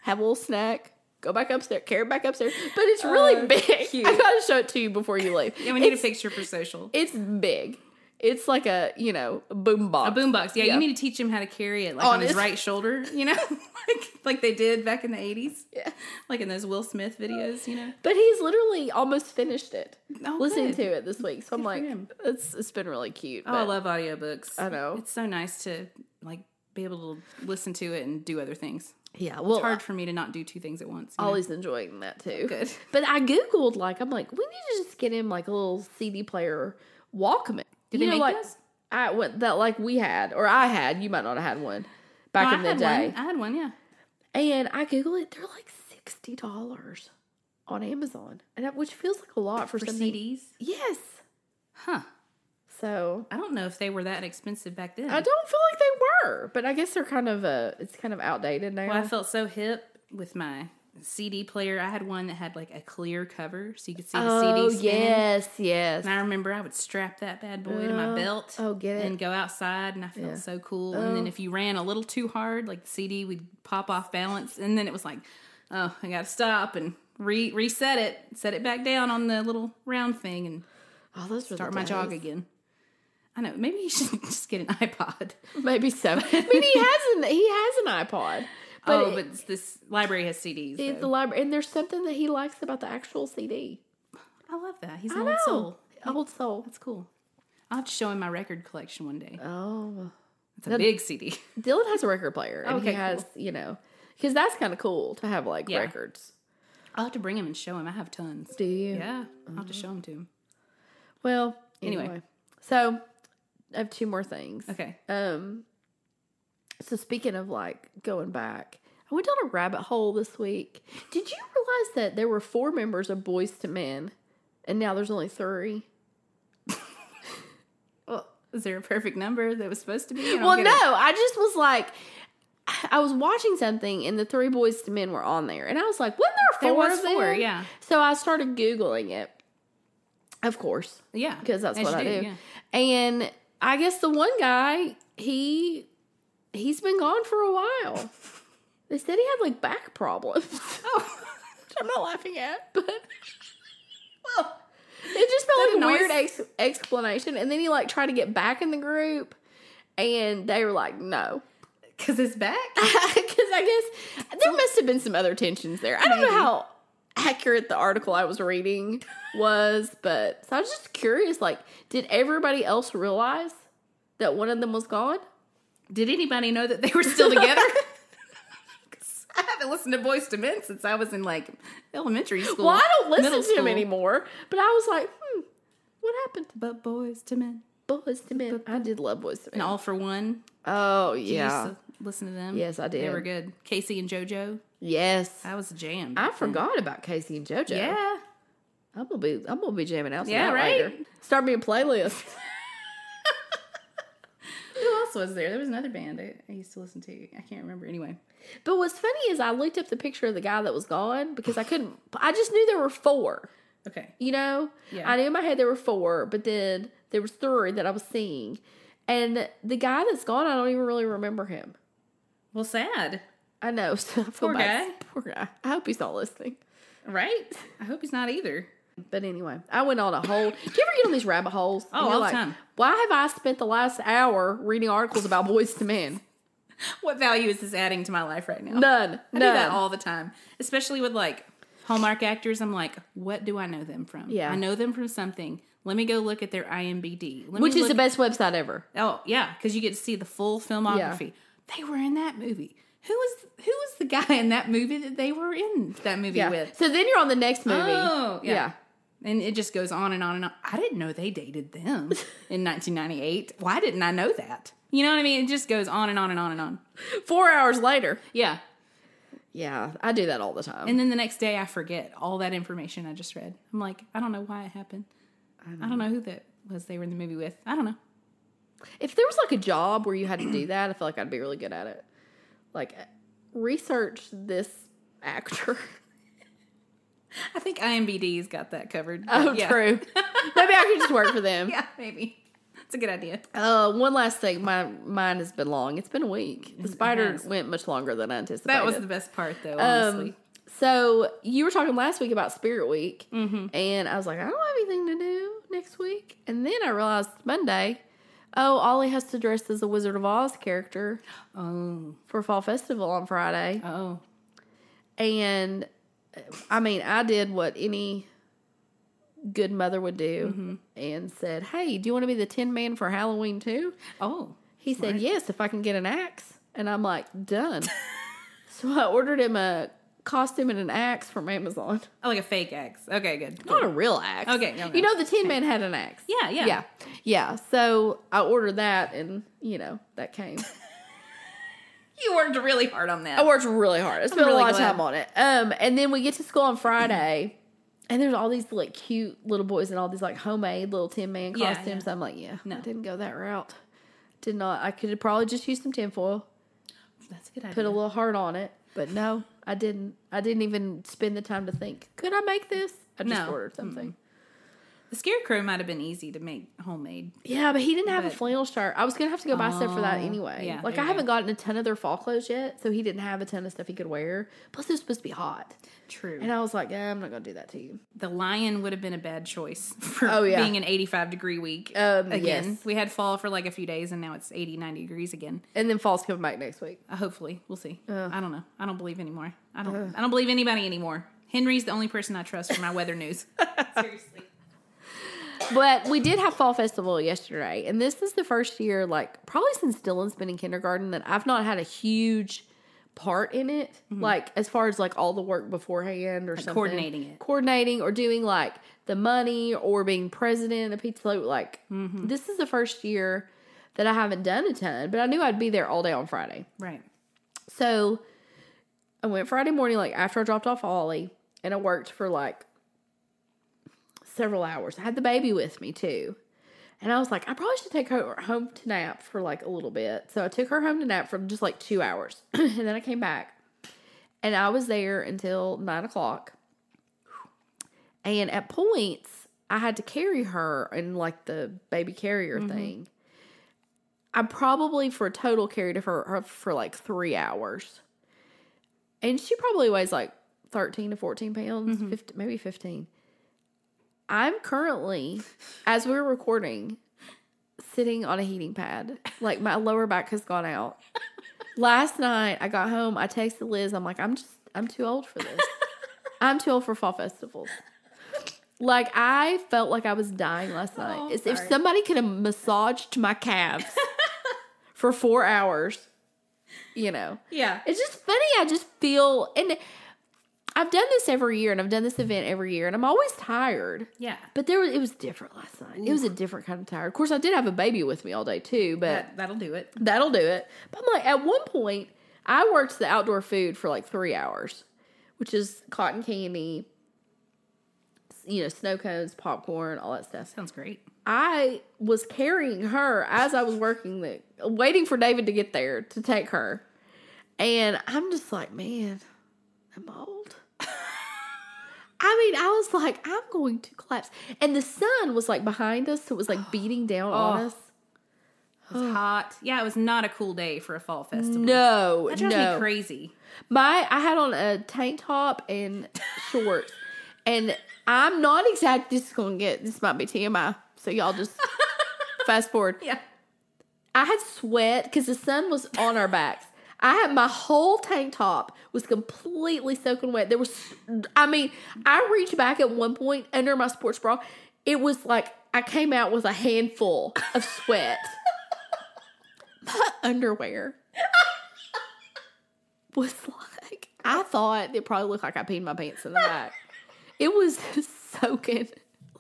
Speaker 1: have a little snack, go back upstairs, carry it back upstairs. But it's really big.
Speaker 2: Oh, cute.
Speaker 1: I gotta show it to you before you leave.
Speaker 2: Yeah, we need a
Speaker 1: it's,
Speaker 2: picture for social.
Speaker 1: it's big. It's like a you know a boom box.
Speaker 2: A boombox. Yeah, Oh,
Speaker 1: Yeah.
Speaker 2: you need to teach him how to carry it, like on his
Speaker 1: Honest.
Speaker 2: right shoulder, you know, like like they did back in the eighties.
Speaker 1: Yeah.
Speaker 2: like in those Will Smith videos, you know.
Speaker 1: But he's literally almost finished it.
Speaker 2: Oh,
Speaker 1: listening
Speaker 2: good.
Speaker 1: to it this week, so I'm like,
Speaker 2: him.
Speaker 1: it's it's been really cute.
Speaker 2: Oh, I
Speaker 1: but-
Speaker 2: love audiobooks.
Speaker 1: I know.
Speaker 2: it's so nice to like be able to listen to it and do other things.
Speaker 1: yeah. Well,
Speaker 2: It's hard for me to not do two things at once. you know?
Speaker 1: Ollie's enjoying that too.
Speaker 2: Good.
Speaker 1: But I googled like I'm like we need to just get him like a little CD player Walkman.
Speaker 2: Did
Speaker 1: you
Speaker 2: they make
Speaker 1: like
Speaker 2: those?
Speaker 1: I went that like we had or I had. You might not have had one
Speaker 2: Oh,
Speaker 1: back
Speaker 2: I
Speaker 1: in the
Speaker 2: had
Speaker 1: day.
Speaker 2: one. I had one. Yeah.
Speaker 1: And I googled it. They're like sixty dollars on Amazon, and that, which feels like a lot for,
Speaker 2: For
Speaker 1: something.
Speaker 2: CDs.
Speaker 1: Yes.
Speaker 2: Huh.
Speaker 1: So
Speaker 2: I don't know if they were that expensive back then.
Speaker 1: I don't feel like they were, but I guess they're kind of uh It's kind of outdated now.
Speaker 2: Well, I felt so hip with my CD player. I had one that had like a clear cover, so you could see the
Speaker 1: oh
Speaker 2: CD. spinning.
Speaker 1: yes, yes.
Speaker 2: And I remember I would strap that bad boy to my belt.
Speaker 1: oh, get it.
Speaker 2: And go outside, and I felt so Oh. cool. And then if you ran a little too hard, like the CD would pop off balance, and then it was like oh, I gotta stop and re reset it, set it back down on the little round thing, and
Speaker 1: Oh, those were
Speaker 2: start my jog again. I know. Maybe you should just get an iPod.
Speaker 1: Maybe seven. I mean, he has an he has an iPod, but,
Speaker 2: oh,
Speaker 1: it-
Speaker 2: but it's this library has CDs.
Speaker 1: it's the
Speaker 2: though.
Speaker 1: library, and there's something that he likes about the actual CD.
Speaker 2: I love that. He's
Speaker 1: I
Speaker 2: an old
Speaker 1: know.
Speaker 2: soul.
Speaker 1: Old soul.
Speaker 2: That's cool. I'll have to show him my record collection one day.
Speaker 1: Oh,
Speaker 2: It's a big CD.
Speaker 1: Dylan has a record player, and
Speaker 2: Okay,
Speaker 1: he has you know, because that's kind of cool to have like
Speaker 2: Yeah.
Speaker 1: records.
Speaker 2: I'll have to bring him and show him. I have tons.
Speaker 1: Do you?
Speaker 2: Yeah, I'll
Speaker 1: Uh-huh.
Speaker 2: have to show him to him.
Speaker 1: Well,
Speaker 2: Anyway.
Speaker 1: anyway. so I have two more things.
Speaker 2: Okay.
Speaker 1: Um, so speaking of like going back, I went down a rabbit hole this week. Did you realize that there were four members of Boys to Men, and now there's only three?
Speaker 2: Is there a perfect number that was supposed to be? I don't
Speaker 1: Well,
Speaker 2: get
Speaker 1: no, I just was like, I was watching something, and the three Boys to Men were on there, and I was like, wasn't there
Speaker 2: There
Speaker 1: four
Speaker 2: was
Speaker 1: of them?
Speaker 2: four, yeah.
Speaker 1: So I started googling it. Of course,
Speaker 2: it. Yeah,
Speaker 1: because that's
Speaker 2: As
Speaker 1: what
Speaker 2: you
Speaker 1: I do.
Speaker 2: yeah.
Speaker 1: And I guess the one guy, he he's been gone for a while. they said he had like back problems. Oh, I'm not laughing at, but well, it just felt like a
Speaker 2: noise-
Speaker 1: weird ex- explanation. And then he like tried to get back in the group, and they were like, no.
Speaker 2: 'Cause it's back.
Speaker 1: Because I guess there must have been some other tensions there. I don't know how accurate the article I was reading was, but so I was just curious. Like, did everybody else realize that one of them was gone?
Speaker 2: Did anybody know that they were still together? 'Cause I haven't listened to Boys to Men since I was in like elementary school.
Speaker 1: Well, I don't listen
Speaker 2: middle
Speaker 1: to him
Speaker 2: school.
Speaker 1: anymore, but I was like, hmm, what happened
Speaker 2: But Boys to Men
Speaker 1: to Boys to Men? I did love Boys to
Speaker 2: and
Speaker 1: Men.
Speaker 2: All for One.
Speaker 1: Oh
Speaker 2: You
Speaker 1: yeah,
Speaker 2: used to listen to them.
Speaker 1: Yes, I
Speaker 2: They
Speaker 1: did.
Speaker 2: were good. Casey and JoJo.
Speaker 1: yes.
Speaker 2: That was a jam.
Speaker 1: I forgot about Casey and JoJo.
Speaker 2: Yeah.
Speaker 1: I'm gonna be I'm gonna be jamming out. to
Speaker 2: Yeah,
Speaker 1: that
Speaker 2: right?
Speaker 1: Later. Start me a playlist.
Speaker 2: Who else was there? There was another band I, I used to listen to. I can't remember. Anyway,
Speaker 1: But what's funny is I looked up the picture of the guy that was gone because I couldn't. I just knew there were four.
Speaker 2: okay.
Speaker 1: You know,
Speaker 2: Yeah.
Speaker 1: I knew in my head there were four, but then there was three that I was seeing, and the guy that's gone, I don't even really remember him.
Speaker 2: Well, sad,
Speaker 1: I know. So I feel
Speaker 2: Poor
Speaker 1: bad.
Speaker 2: guy.
Speaker 1: Poor guy. I hope he's not listening.
Speaker 2: right? I hope he's not either.
Speaker 1: But anyway, I went on a whole. Do you ever get on these rabbit holes?
Speaker 2: Oh, all the time.
Speaker 1: Why have I spent the last hour reading articles about boys to men?
Speaker 2: What value is this adding to my life right now?
Speaker 1: None.
Speaker 2: I do
Speaker 1: none.
Speaker 2: that all the time, especially with like Hallmark actors. I'm like, what do I know them from?
Speaker 1: Yeah.
Speaker 2: I know them from something. Let me go look at their IMBD, Let me
Speaker 1: Which is
Speaker 2: look-
Speaker 1: the best website ever.
Speaker 2: Oh yeah, because you get to see the full filmography. They were in that movie. Who was who was the guy in that movie that they were in that movie
Speaker 1: Yeah.
Speaker 2: with?
Speaker 1: So then you're on the next movie.
Speaker 2: Oh yeah.
Speaker 1: yeah.
Speaker 2: And it just goes on and on and on. I didn't know they dated them in 1998. Why didn't I know that? You know what I mean? It just goes on and on and on and on.
Speaker 1: Four hours later.
Speaker 2: Yeah.
Speaker 1: Yeah, I do that all the time.
Speaker 2: And then the next day, I forget all that information I just read. I'm like, I don't know why it happened. I don't, know who that was they were in the movie with. I don't know.
Speaker 1: if there was like a job where you had to do that, I feel like I'd be really good at it. Like, research this actor.
Speaker 2: I think IMBD's got that covered.
Speaker 1: Oh,
Speaker 2: But yeah.
Speaker 1: true. Maybe I could just work for them.
Speaker 2: Yeah, maybe. It's a good idea.
Speaker 1: Uh, one last thing. My mine has been long. It's been a week. The spider
Speaker 2: has.
Speaker 1: went much longer than I anticipated.
Speaker 2: That was the best part, though, honestly.
Speaker 1: Um, So you were talking last week about Spirit Week, and I was like, I don't have anything to do next week. And then I realized Monday, oh, Ollie has to dress as a Wizard of Oz character
Speaker 2: oh,
Speaker 1: for Fall Festival on Friday.
Speaker 2: oh.
Speaker 1: And uh, I mean, I did what any good mother would do
Speaker 2: Mm-hmm.
Speaker 1: and said, Hey, do you want to be the Tin Man for Halloween too?
Speaker 2: Oh.
Speaker 1: He said, Yes, if I can get an axe. And I'm like, Done. so I ordered him a costume and an axe from Amazon.
Speaker 2: Oh, like a fake ex. Okay, good.
Speaker 1: Not a real axe.
Speaker 2: Okay, no, no.
Speaker 1: You know, the Tin Man had an axe.
Speaker 2: Yeah, yeah.
Speaker 1: Yeah. Yeah. So I ordered that and, you know, that came.
Speaker 2: You worked really hard on that.
Speaker 1: I worked really Mm-hmm. hard. I spent
Speaker 2: really
Speaker 1: a lot of
Speaker 2: glad.
Speaker 1: time on it. Um, and then we get to school on Friday, and there's all these like cute little boys and all these like homemade little Tin Man
Speaker 2: Yeah,
Speaker 1: costumes. I'm like, yeah,
Speaker 2: No.
Speaker 1: I didn't go that route. Did not. I could have probably just used some tinfoil,
Speaker 2: That's a good idea.
Speaker 1: put a little heart on it, but no, I didn't. I didn't even spend the time to think. Could I make this? I just
Speaker 2: No.
Speaker 1: ordered something.
Speaker 2: The scarecrow might have been easy to make homemade.
Speaker 1: Yeah, but he didn't have a flannel shirt. I was gonna have to go buy stuff for that anyway.
Speaker 2: Oh, yeah,
Speaker 1: like
Speaker 2: there
Speaker 1: I
Speaker 2: you
Speaker 1: haven't gotten a ton of their fall clothes yet, so he didn't have a ton of stuff he could wear. Plus, it was supposed to be hot,
Speaker 2: True.
Speaker 1: and I was like, yeah, I'm not gonna do that to you.
Speaker 2: the lion would have been a bad choice for
Speaker 1: Oh, yeah.
Speaker 2: being an 85 degree week.
Speaker 1: Um,
Speaker 2: again,
Speaker 1: yes.
Speaker 2: we had fall for like a few days and now it's 80, 90 degrees again.
Speaker 1: And then fall's coming back next week.
Speaker 2: Uh, hopefully, we'll see. I don't know. I don't believe anymore. I don't. I don't believe anybody anymore. Henry's the only person I trust for my weather news. Seriously.
Speaker 1: But we did have fall festival yesterday, and this is the first year, like probably since Dylan's been in kindergarten, that I've not had a huge part in it.
Speaker 2: Mm-hmm.
Speaker 1: Like as far as like all the work beforehand or something,
Speaker 2: coordinating it.
Speaker 1: coordinating or doing like the money or being president of Pizza Loop. Like
Speaker 2: Mm-hmm.
Speaker 1: this is the first year that I haven't done a ton, but I knew I'd be there all day on Friday.
Speaker 2: Right.
Speaker 1: So I went Friday morning, like after I dropped off Ollie, and I worked for like several hours. I had the baby with me too. And I was like, I probably should take her home to nap for like a little bit. So I took her home to nap for just like two hours. and then I came back and I was there until nine o'clock. And at points, I had to carry her in like the baby carrier thing. I probably for a total carried her, her for like three hours. And she probably weighs like 13 to 14 pounds, 15, maybe 15. I'm currently, as we're recording, sitting on a heating pad. Like my lower back has gone out. Last night I got home, I texted Liz, I'm like, I'm just, I'm too old for this. I'm too old for fall festivals. Like I felt like I was dying last night. As if somebody could have massaged my calves for four hours, you know.
Speaker 2: Yeah.
Speaker 1: It's just funny. I just feel, and I've done this every year, and I've done this event every year, and I'm always tired.
Speaker 2: Yeah.
Speaker 1: But there was it was different last night. It was a different kind of tired. Of course, I did have a baby with me all day too, but
Speaker 2: That, that'll do it.
Speaker 1: that'll do it. But I'm like, at one point, I worked the outdoor food for like three hours, which is cotton candy, you know, snow cones, popcorn, all that stuff.
Speaker 2: Sounds great.
Speaker 1: I was carrying her as I was working the waiting for David to get there to take her. And I'm just like, man, I'm old. I mean, I was like, I'm going to collapse. And the sun was like behind us, so it was like beating down
Speaker 2: Oh,
Speaker 1: on us.
Speaker 2: It was hot. Yeah, it was not a cool day for a fall festival.
Speaker 1: No,
Speaker 2: that drives me
Speaker 1: no.
Speaker 2: crazy.
Speaker 1: My I had on a tank top and shorts. and I'm not exact this is gonna get this might be TMI. So y'all just fast forward.
Speaker 2: Yeah.
Speaker 1: I had sweat because the sun was on our backs. I had my whole tank top was completely soaking wet. There was, I mean, I reached back at one point under my sports bra. It was like I came out with a handful of sweat. my underwear was like, I thought it probably looked like I peed my pants in the back. It was soaking,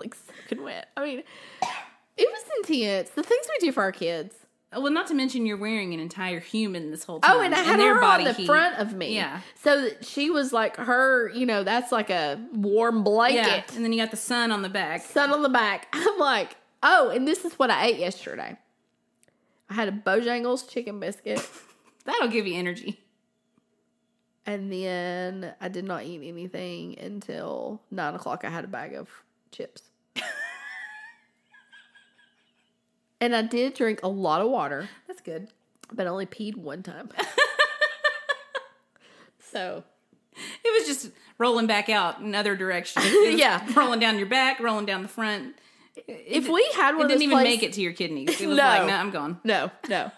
Speaker 1: like soaking wet. I mean, it was intense. The things we do for our kids.
Speaker 2: Oh, Well, not to mention you're wearing an entire human this whole time.
Speaker 1: Oh, and I had
Speaker 2: their
Speaker 1: her
Speaker 2: body
Speaker 1: on the
Speaker 2: heat.
Speaker 1: front of me.
Speaker 2: Yeah.
Speaker 1: So that she was like her, you know, that's like a warm blanket.
Speaker 2: Yeah, and then you got the sun on the back.
Speaker 1: Sun on the back. I'm like, oh, and this is what I ate yesterday. I had a Bojangles chicken biscuit,
Speaker 2: That'll give you energy.
Speaker 1: and then I did not eat anything until nine o'clock. I had a bag of chips. and I did drink a lot of water.
Speaker 2: That's good.
Speaker 1: but I only peed one time. so
Speaker 2: It was just rolling back out in other directions.
Speaker 1: Yeah.
Speaker 2: rolling down your back, rolling down the front.
Speaker 1: if we had one
Speaker 2: It
Speaker 1: of those
Speaker 2: didn't even
Speaker 1: places,
Speaker 2: make it to your kidneys. It was
Speaker 1: No.
Speaker 2: like, no, I'm gone.
Speaker 1: No, no.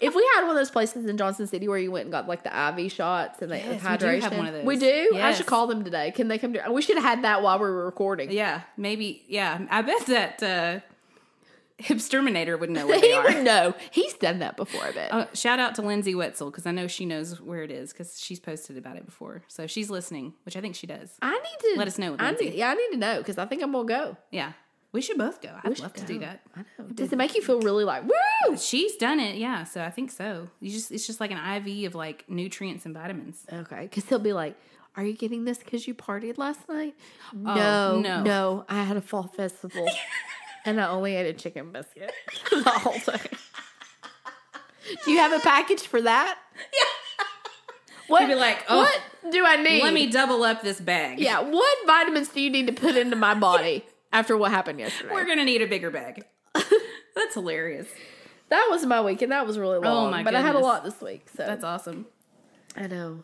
Speaker 1: if we had one of those places in Johnson City where you went and got like the IV shots and the
Speaker 2: Yes, we do
Speaker 1: hydration,
Speaker 2: have one of those.
Speaker 1: We do? I
Speaker 2: Yes.
Speaker 1: should call them today. Can they come? To, we should have had that while we were recording.
Speaker 2: Yeah, maybe. Yeah, I bet that uh, Hipsterminator would know where they
Speaker 1: He
Speaker 2: are.
Speaker 1: would know. He's done that before, I bet.
Speaker 2: Uh, shout out to Lindsay Wetzel because I know she knows where it is because she's posted about it before. So if she's listening, which I think she does.
Speaker 1: I need to
Speaker 2: let us know,
Speaker 1: I
Speaker 2: Lindsay.
Speaker 1: need, yeah, I need to know because I think I'm gonna go.
Speaker 2: Yeah, we should both go. I'd love to
Speaker 1: should
Speaker 2: do
Speaker 1: go.
Speaker 2: that.
Speaker 1: I know. Does it make you feel really like woo?
Speaker 2: She's done it, yeah. So I think so. You just it's just like an IV of like nutrients and vitamins.
Speaker 1: Okay, because he'll be like, "Are you getting this because you partied last night?" no, Oh, no,
Speaker 2: no.
Speaker 1: no. I had a fall festival, and I only ate a chicken biscuit the whole time. Do you have a package for that? Yeah. What?
Speaker 2: He'll be like, "Oh,
Speaker 1: what do I need?
Speaker 2: Let me double up this bag.
Speaker 1: Yeah. What vitamins do you need to put into my body? after what happened yesterday.
Speaker 2: We're gonna need a bigger bag. That's hilarious.
Speaker 1: that was my week, and that was really long.
Speaker 2: my
Speaker 1: but I had a
Speaker 2: goodness.
Speaker 1: lot this week, so
Speaker 2: That's awesome.
Speaker 5: I know.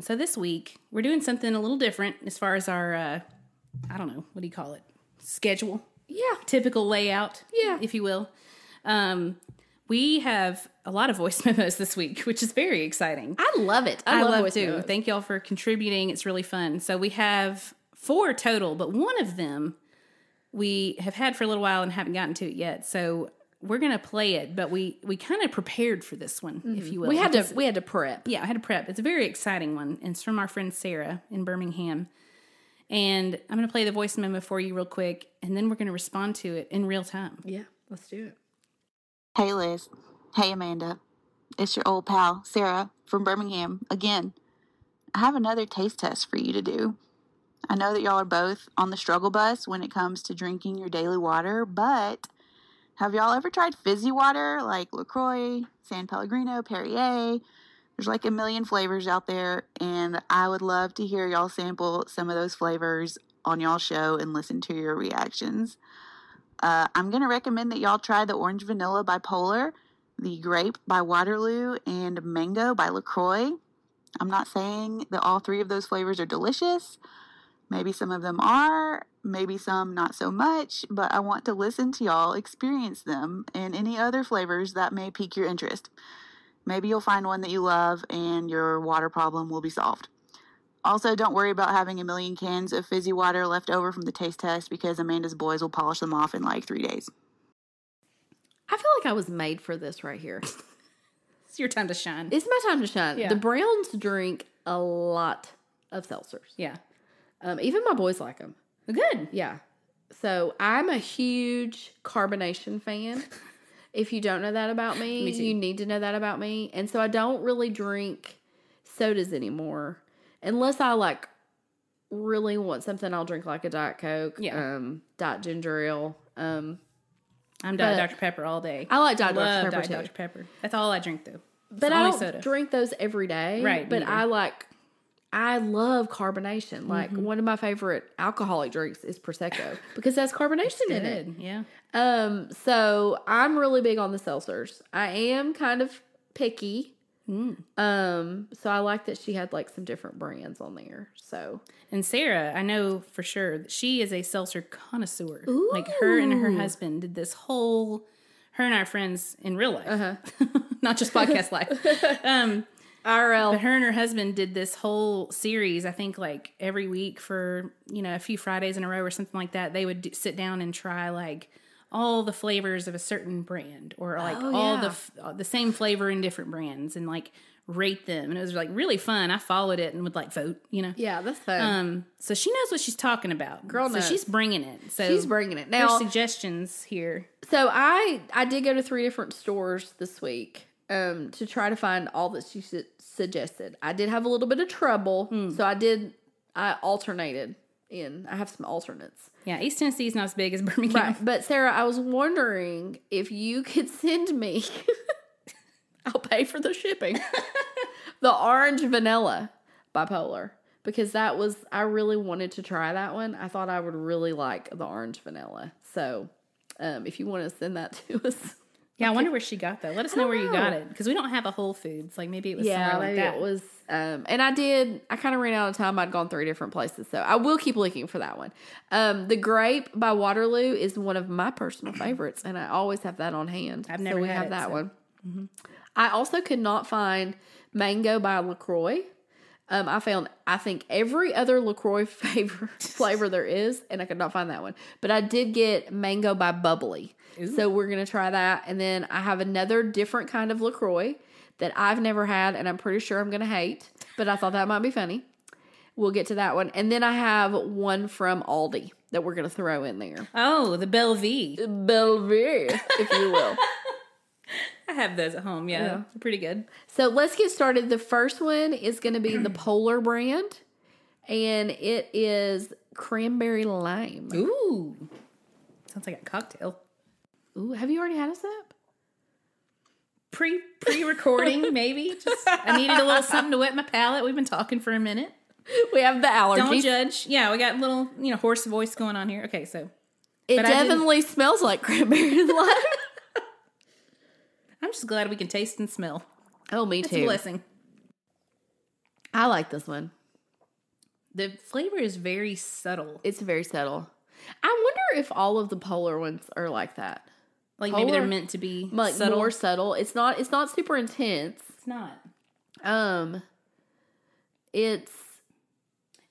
Speaker 2: So this week we're doing something a little different as far as our, uh, I don't know, what do you call it? Schedule,
Speaker 1: yeah,
Speaker 2: typical layout,
Speaker 1: Yeah.
Speaker 2: if you will. Um, we have a lot of voice memos this week, which is very exciting.
Speaker 1: I love it. I,
Speaker 2: I
Speaker 1: love,
Speaker 2: love
Speaker 1: voice
Speaker 2: to.
Speaker 1: memos.
Speaker 2: Thank y'all for contributing. It's really fun. So we have four total, but one of them we have had for a little while and haven't gotten to it yet. So we're gonna play it, but we we kind of prepared for this one, if you will.
Speaker 1: Mm-hmm. we had to we had to prep.
Speaker 2: yeah, I had to prep. It's a very exciting one, and it's from our friend Sarah in Birmingham. And I'm gonna play the voice memo for you real quick, and then we're gonna respond to it in real time.
Speaker 1: Yeah, let's do it.
Speaker 6: Hey, Liz. Hey, Amanda. It's your old pal, Sarah, from Birmingham, again. I have another taste test for you to do. I know that y'all are both on the struggle bus when it comes to drinking your daily water, but have y'all ever tried fizzy water like LaCroix, San Pellegrino, Perrier? There's like a million flavors out there, and I would love to hear y'all sample some of those flavors on y'all show and listen to your reactions. Uh, I'm going to recommend that y'all try the orange vanilla by Polar, the grape by Waterloo, and mango by LaCroix. I'm not saying that all three of those flavors are delicious. Maybe some of them are, maybe some not so much, but I want to listen to y'all experience them and any other flavors that may pique your interest. Maybe you'll find one that you love and your water problem will be solved. Also, don't worry about having a million cans of fizzy water left over from the taste test because Amanda's boys will polish them off in like three days.
Speaker 1: I feel like I was made for this right here.
Speaker 2: It's your time to shine.
Speaker 1: It's my time to shine.
Speaker 2: Yeah.
Speaker 1: The Browns drink a lot of seltzers.
Speaker 2: yeah,
Speaker 1: Um, even my boys like them.
Speaker 2: good.
Speaker 1: Yeah. So I'm a huge carbonation fan. if you don't know that about me,
Speaker 2: Me too.
Speaker 1: you need to know that about me. And so I don't really drink sodas anymore unless I like really want something. I'll drink like a Diet Coke,
Speaker 2: Yeah.
Speaker 1: um, Diet Ginger Ale. Um,
Speaker 2: I'm Diet
Speaker 1: But-
Speaker 2: Dr Pepper all day.
Speaker 1: I like Diet Dr.
Speaker 2: Love
Speaker 1: Pepper
Speaker 2: Diet
Speaker 1: too.
Speaker 2: Dr Pepper. That's all I drink though.
Speaker 1: but I
Speaker 2: only
Speaker 1: don't
Speaker 2: soda.
Speaker 1: drink those every day.
Speaker 2: Right,
Speaker 1: But
Speaker 2: neither.
Speaker 1: I like, I love carbonation. Like one of my favorite alcoholic drinks is Prosecco because that's carbonation in it.
Speaker 2: Good. Yeah.
Speaker 1: Um, so I'm really big on the seltzers. I am kind of picky. Um, so I like that she had like some different brands on there. So
Speaker 2: And Sarah, I know for sure that she is a seltzer connoisseur. Like her and her husband did this whole her and our friends in real life. Not just podcast life. Um
Speaker 1: RL,
Speaker 2: but her and her husband did this whole series, I think like every week for, you know, a few Fridays in a row or something like that. They would do, sit down and try like all the flavors of a certain brand or like all the f- uh, the same flavor in different brands and like rate them. And it was like really fun. I followed it and would like vote, you know.
Speaker 1: yeah, that's fun.
Speaker 2: Um, so she knows what she's talking about.
Speaker 1: Girl
Speaker 2: so
Speaker 1: knows.
Speaker 2: she's bringing it. So
Speaker 1: She's bringing it
Speaker 2: her
Speaker 1: now.
Speaker 2: suggestions here.
Speaker 1: so I I did go to three different stores this week um to try to find all that she su- suggested. I did have a little bit of trouble, so I did I alternated in. I have some alternates.
Speaker 2: Yeah, East Tennessee is not as big as Birmingham.
Speaker 1: Right. But Sarah, I was wondering if you could send me I'll pay for the shipping. the orange vanilla bipolar. Because that was I really wanted to try that one. I thought I would really like the orange vanilla. So um, if you want to send that to us.
Speaker 2: Yeah, I wonder where she got that. Let us know where you got
Speaker 1: know.
Speaker 2: it because we don't have a Whole Foods. Like maybe it was
Speaker 1: Yeah,
Speaker 2: somewhere like
Speaker 1: maybe
Speaker 2: that.
Speaker 1: it was. Um, and I did. I kind of ran out of time. I'd gone three different places, so I will keep looking for that one. Um, the grape by Waterloo is one of my personal favorites, and I always have that on hand.
Speaker 2: I've never
Speaker 1: so we
Speaker 2: had
Speaker 1: have
Speaker 2: it,
Speaker 1: that
Speaker 2: so-
Speaker 1: one. Mm-hmm. I also could not find mango by Lacroix. Um, I found I think every other Lacroix flavor flavor there is, and I could not find that one. But I did get mango by Bubbly, so we're gonna try that. And then I have another different kind of Lacroix that I've never had, and I'm pretty sure I'm gonna hate. But I thought that might be funny. We'll get to that one, and then I have one from Aldi that we're gonna throw in there,
Speaker 2: Oh, the Belle V.
Speaker 1: Bellevue, if you will.
Speaker 2: I have those at home. Yeah, They're pretty good.
Speaker 1: So let's get started. The first one is going to be the Polar brand, and it is cranberry lime. Ooh.
Speaker 2: Ooh, sounds like a cocktail.
Speaker 1: have you already had a sip?
Speaker 2: Pre pre recording maybe. Just I needed a little something to wet my palate. We've been talking for a minute.
Speaker 1: We have the
Speaker 2: Don't
Speaker 1: allergies.
Speaker 2: judge. Yeah, we got little, you know, horse voice going on here. Okay, so
Speaker 1: it
Speaker 2: but I didn't-
Speaker 1: definitely smells like cranberry and lime.
Speaker 2: I'm just glad we can taste and smell.
Speaker 1: oh, me
Speaker 2: It's a blessing.
Speaker 1: I like this one.
Speaker 2: The flavor is very subtle.
Speaker 1: It's very subtle. I wonder if all of the polar ones are like that.
Speaker 2: Like maybe they're
Speaker 1: Polar-
Speaker 2: meant to be
Speaker 1: Like
Speaker 2: subtle.
Speaker 1: more subtle. It's not it's not super intense.
Speaker 2: It's not.
Speaker 1: Um it's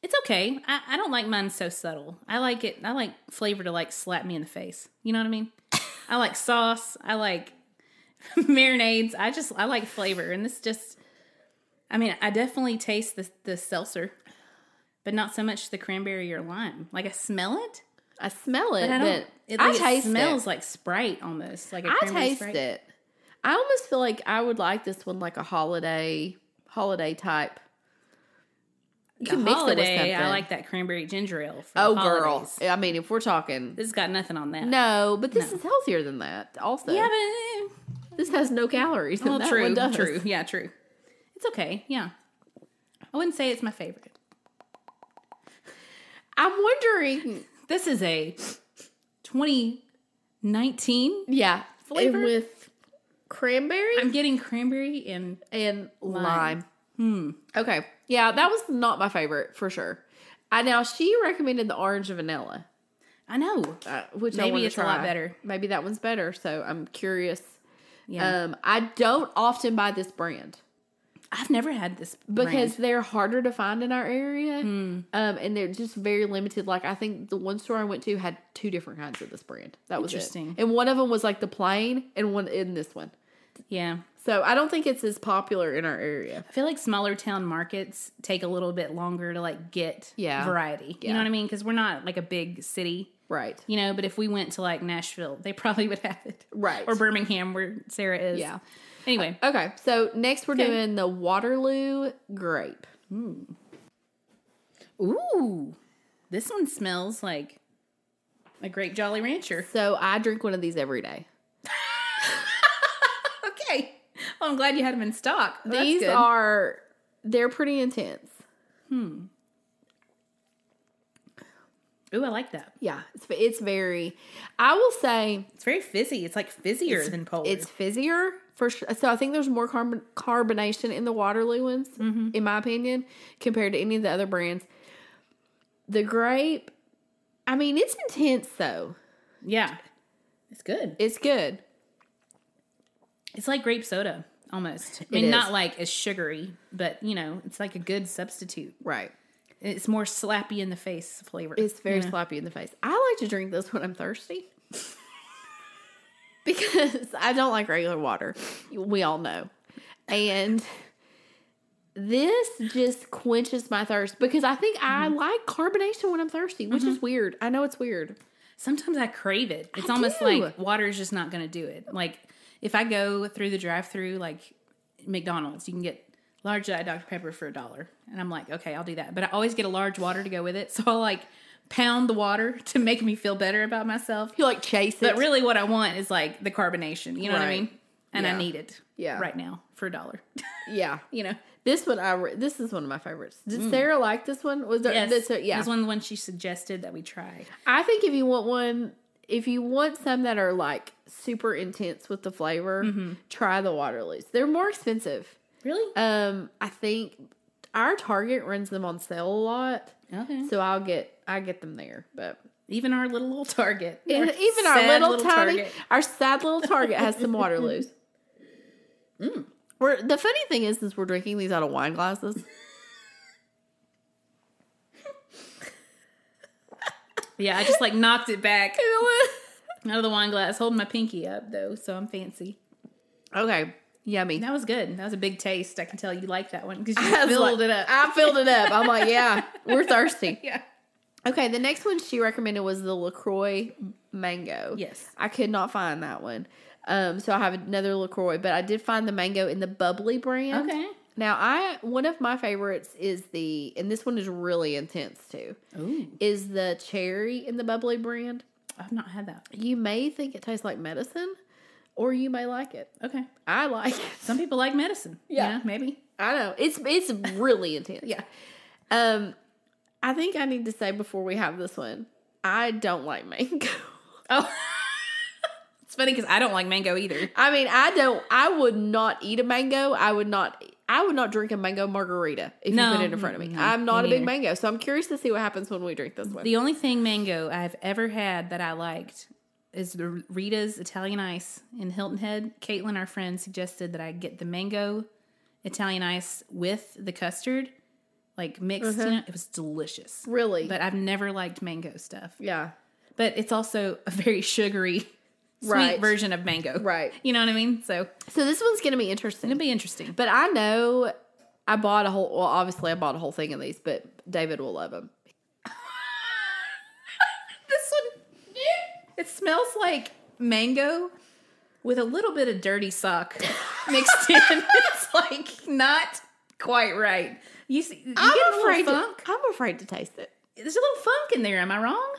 Speaker 2: It's okay. I, I don't like mine so subtle. I like it. I like flavor to like slap me in the face. You know what I mean? I like sauce. I like marinades. I just I like flavor, and this just. I mean, I definitely taste the the seltzer, but not so much the cranberry or lime. Like I smell it,
Speaker 1: I smell it,
Speaker 2: but I
Speaker 1: but,
Speaker 2: don't. It,
Speaker 1: I
Speaker 2: like,
Speaker 1: taste
Speaker 2: it smells
Speaker 1: it.
Speaker 2: like Sprite almost. Like a
Speaker 1: I
Speaker 2: cranberry
Speaker 1: taste
Speaker 2: Sprite.
Speaker 1: it. I almost feel like I would like this one like a holiday holiday type. You
Speaker 2: The
Speaker 1: can mix it with
Speaker 2: holiday, I
Speaker 1: something.
Speaker 2: like that cranberry ginger ale. For
Speaker 1: Oh
Speaker 2: the
Speaker 1: girl.
Speaker 2: holidays.
Speaker 1: I mean if we're talking
Speaker 2: this has got nothing on that.
Speaker 1: No, but this is healthier than that also.
Speaker 2: yeah, but eh,
Speaker 1: this has no calories. and
Speaker 2: Well,
Speaker 1: that
Speaker 2: true,
Speaker 1: one does.
Speaker 2: true. Yeah, true. It's okay. Yeah, I wouldn't say it's my favorite.
Speaker 1: I'm wondering
Speaker 2: This is a 2019.
Speaker 1: Yeah.
Speaker 2: Flavor?
Speaker 1: And with cranberry
Speaker 2: I'm getting cranberry and
Speaker 1: and lime. Hmm. Okay. Yeah, that was not my favorite for sure. I now she recommended the orange and vanilla,
Speaker 2: I know.
Speaker 1: uh, which I
Speaker 2: Maybe
Speaker 1: wanna
Speaker 2: it's a lot
Speaker 1: try.
Speaker 2: better.
Speaker 1: Maybe that one's better. So I'm curious.
Speaker 2: Yeah,
Speaker 1: Um, I don't often buy this brand
Speaker 2: I've never had this
Speaker 1: because
Speaker 2: brand.
Speaker 1: they're harder to find in our area,
Speaker 2: Hmm.
Speaker 1: um, and they're just very limited. Like I think the one store I went to had two different kinds of this brand. That was
Speaker 2: Interesting.
Speaker 1: It. And one of them was like the plain, and one in this one.
Speaker 2: yeah.
Speaker 1: So I don't think it's as popular in our area.
Speaker 2: I feel like smaller town markets take a little bit longer to like get
Speaker 1: Yeah.
Speaker 2: variety. You
Speaker 1: Yeah.
Speaker 2: know what I mean? Because we're not like a big city,
Speaker 1: Right.
Speaker 2: you know. But if we went to like Nashville, they probably would have it,
Speaker 1: Right.
Speaker 2: Or Birmingham, where Sarah is.
Speaker 1: Yeah.
Speaker 2: Anyway,
Speaker 1: Okay, so next we're doing the Waterloo grape.
Speaker 2: Uh, Ooh, this one smells like a grape Jolly Rancher.
Speaker 1: So I drink one of these every day.
Speaker 2: Okay. Well, Oh, I'm glad you had them in stock. Well, that's
Speaker 1: These
Speaker 2: good.
Speaker 1: are they're pretty intense.
Speaker 2: Ooh, I like that.
Speaker 1: Yeah, it's it's very. I will say
Speaker 2: It's very fizzy. It's like fizzier than Polar.
Speaker 1: it's fizzier for sure. So I think there's more carbon carbonation in the Waterloo ones, in my opinion, compared to any of the other brands. The grape, I mean, it's intense though.
Speaker 2: yeah. It's good.
Speaker 1: It's good.
Speaker 2: It's like grape soda almost. I
Speaker 1: It
Speaker 2: mean,
Speaker 1: is.
Speaker 2: not like as sugary, but you know, it's like a good substitute.
Speaker 1: Right.
Speaker 2: It's more slappy in the face flavor.
Speaker 1: It's very sloppy in the face. I like to drink this when I'm thirsty because I don't like regular water. We all know. And this just quenches my thirst because I think I
Speaker 2: Mm-hmm.
Speaker 1: like carbonation when I'm thirsty, which is weird. I know it's weird.
Speaker 2: Sometimes I crave it. It's almost
Speaker 1: do.
Speaker 2: like water's just not going to do it. Like if I go through the drive-through, like McDonald's, you can get large diet Dr Pepper for a dollar, and I'm like, okay, I'll do that. But I always get a large water to go with it, so I will like pound the water to make me feel better about myself.
Speaker 1: You like chase it.
Speaker 2: But really, what I want is like the carbonation. You know what I
Speaker 1: Right.
Speaker 2: mean? And I
Speaker 1: Yeah.
Speaker 2: need it.
Speaker 1: Yeah.
Speaker 2: Right now for a dollar.
Speaker 1: yeah.
Speaker 2: you know.
Speaker 1: This one I re- this is one of my favorites. Did
Speaker 2: Mm.
Speaker 1: Sarah like this one? Was there this, yeah.
Speaker 2: This one, the one she suggested that we try.
Speaker 1: I think if you want one, if you want some that are like super intense with the flavor,
Speaker 2: Mm-hmm.
Speaker 1: try the Waterloos. They're more expensive.
Speaker 2: Really?
Speaker 1: Um, I think our Target runs them on sale a lot,
Speaker 2: Okay.
Speaker 1: so I'll get I get them there. But
Speaker 2: Even our little old Target.
Speaker 1: even even our
Speaker 2: sad
Speaker 1: little,
Speaker 2: little
Speaker 1: tiny,
Speaker 2: Target.
Speaker 1: our sad little Target has some Waterloos. Mm. We're, the funny thing is, is we're drinking these out of wine glasses.
Speaker 2: Yeah, I just like knocked it back out of the wine glass, holding my pinky up though, so I'm fancy.
Speaker 1: okay, yummy.
Speaker 2: That was good. That was a big taste. I can tell you like that one because
Speaker 1: I
Speaker 2: you
Speaker 1: was
Speaker 2: filled
Speaker 1: like-
Speaker 2: it up.
Speaker 1: I filled it up. I'm like, yeah, we're thirsty.
Speaker 2: Yeah.
Speaker 1: Okay, the next one she recommended was the LaCroix mango.
Speaker 2: Yes.
Speaker 1: I could not find that one. Um, so I have another LaCroix, but I did find the mango in the bubbly brand.
Speaker 2: Okay.
Speaker 1: Now I one of my favorites is the and this one is really intense too.
Speaker 2: Ooh,
Speaker 1: Is the cherry in the bubbly brand.
Speaker 2: I've not had that.
Speaker 1: You may think it tastes like medicine, or you may like it.
Speaker 2: Okay.
Speaker 1: I like it.
Speaker 2: Some people like medicine.
Speaker 1: Yeah.
Speaker 2: You know, maybe.
Speaker 1: I know. It's it's really intense. yeah. Um, I think I need to say before we have this one, I don't like mango.
Speaker 2: Oh, it's funny because I don't like mango either.
Speaker 1: I mean, I don't. I would not eat a mango. I would not. I would not drink a mango margarita if
Speaker 2: No.
Speaker 1: you put it in front of me.
Speaker 2: Mm,
Speaker 1: I'm not
Speaker 2: me
Speaker 1: a big
Speaker 2: neither.
Speaker 1: mango, so I'm curious to see what happens when we drink this one.
Speaker 2: The only thing mango I've ever had that I liked is the Rita's Italian Ice in Hilton Head. Caitlin, our friend, suggested that I get the mango Italian Ice with the custard, like mixed. You know, it was delicious.
Speaker 1: Mm-hmm. really,
Speaker 2: But I've never liked mango stuff.
Speaker 1: yeah,
Speaker 2: But it's also a very sugary, sweet
Speaker 1: Right.
Speaker 2: version of mango.
Speaker 1: right.
Speaker 2: You know what I mean? So
Speaker 1: So this one's gonna be interesting.
Speaker 2: it'll be interesting.
Speaker 1: But I know I bought a whole. Well, obviously, I bought a whole thing of these, but David will love them.
Speaker 2: this one it smells like mango with a little bit of dirty sock mixed in it's like not quite right you see you get a
Speaker 1: I'm
Speaker 2: little
Speaker 1: afraid. To,
Speaker 2: funk
Speaker 1: I'm afraid to taste it.
Speaker 2: there's a little funk in there am i wrong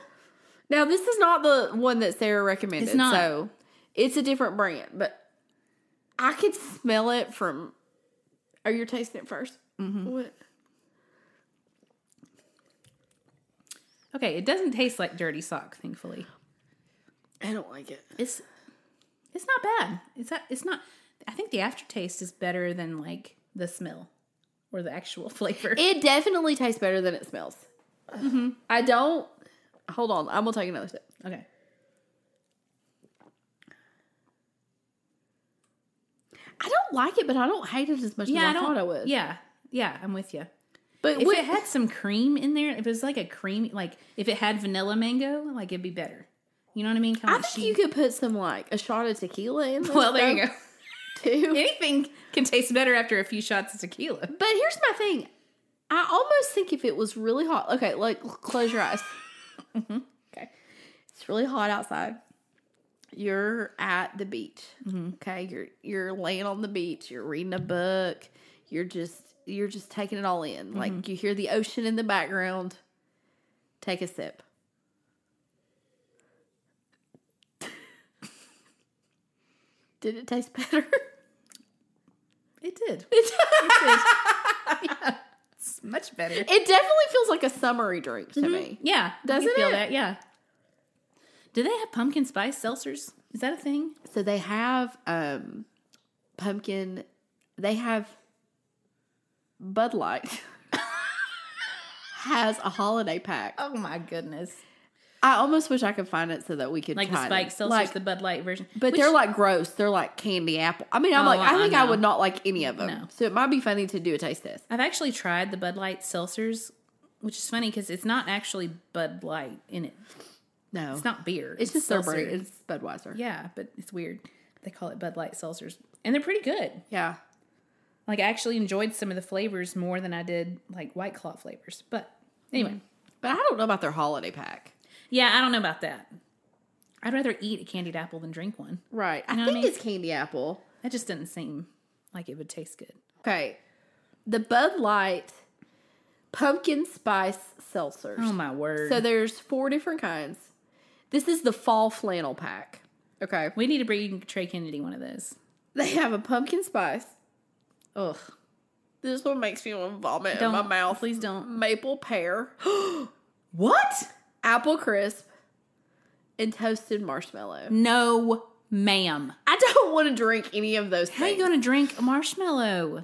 Speaker 1: Now, this is not the one that Sarah recommended.
Speaker 2: It's not.
Speaker 1: So it's a different brand, but I could smell it from. Are you tasting it 1st What?
Speaker 2: okay it doesn't taste like dirty sock thankfully
Speaker 1: I don't like it.
Speaker 2: it's it's not bad it's not it's not i think the aftertaste is better than like the smell or the actual flavor
Speaker 1: It definitely tastes better than it smells. Mm-hmm. I don't. Hold on. I'm going to take another sip.
Speaker 2: okay
Speaker 1: I don't like it, but I don't hate it as much
Speaker 2: yeah i
Speaker 1: as I,
Speaker 2: don't
Speaker 1: thought I would.
Speaker 2: yeah yeah i'm with you
Speaker 1: But
Speaker 2: If
Speaker 1: what,
Speaker 2: it had some cream in there, if it was like a cream, like if it had vanilla mango, like it'd be better. You know what I mean? Kinda
Speaker 1: I
Speaker 2: like
Speaker 1: think
Speaker 2: she-
Speaker 1: you could put some, like, a shot of tequila in
Speaker 2: Well, there you go.
Speaker 1: Too.
Speaker 2: Anything can taste better after a few shots of tequila.
Speaker 1: But here's my thing. I almost think if it was really hot. Okay, like close your eyes. Mm-hmm. Okay, it's really hot outside. You're at the beach. Okay, you're you're laying on the beach. You're reading a book. You're just you're just taking it all in. Like you hear the ocean in the background. Take a sip. Did it taste better?
Speaker 2: It did. It's much better.
Speaker 1: It definitely feels like a summery drink to me.
Speaker 2: Yeah. I
Speaker 1: Doesn't
Speaker 2: can feel
Speaker 1: it?
Speaker 2: that? Yeah. Do they have pumpkin spice seltzers? Is that a thing?
Speaker 1: So they have um pumpkin they have Bud Light has a holiday pack.
Speaker 2: Oh my goodness.
Speaker 1: I almost wish I could find it so that we could
Speaker 2: Like the
Speaker 1: try
Speaker 2: spike
Speaker 1: it.
Speaker 2: seltzers,
Speaker 1: Like,
Speaker 2: the Bud Light version.
Speaker 1: but
Speaker 2: Which-
Speaker 1: they're like gross. They're like candy apple. I mean, I'm
Speaker 2: Oh,
Speaker 1: like, I
Speaker 2: I
Speaker 1: think I,
Speaker 2: know.
Speaker 1: would not like any of them.
Speaker 2: No.
Speaker 1: So it might be funny to do a taste test.
Speaker 2: I've actually tried the Bud Light seltzers, which is funny because it's not actually Bud Light in it.
Speaker 1: No,
Speaker 2: It's not beer.
Speaker 1: It's, just their
Speaker 2: seltzer.
Speaker 1: brand. It's Budweiser.
Speaker 2: Yeah, but it's weird. They call it Bud Light seltzers, and they're pretty good.
Speaker 1: yeah.
Speaker 2: Like I actually enjoyed some of the flavors more than I did like White Claw flavors. But anyway,
Speaker 1: But I don't know about their holiday pack.
Speaker 2: yeah, I don't know about that. I'd rather eat a candied apple than drink one.
Speaker 1: Right. I
Speaker 2: know what I
Speaker 1: think
Speaker 2: mean?
Speaker 1: it's candy apple.
Speaker 2: That just doesn't seem like it would taste good.
Speaker 1: Okay. The Bud Light pumpkin spice seltzers.
Speaker 2: Oh my word!
Speaker 1: So there's four different kinds. This is the fall flannel pack. Okay.
Speaker 2: we need to bring Trey Kennedy one of those.
Speaker 1: They have a pumpkin spice.
Speaker 2: Ugh!
Speaker 1: This one makes me want to vomit in my
Speaker 2: Don't.
Speaker 1: mouth.
Speaker 2: Please don't.
Speaker 1: Maple pear,
Speaker 2: What?
Speaker 1: apple crisp, and toasted marshmallow.
Speaker 2: No, ma'am.
Speaker 1: I don't want to drink any of those
Speaker 2: How are you
Speaker 1: things.
Speaker 2: going to drink a marshmallow?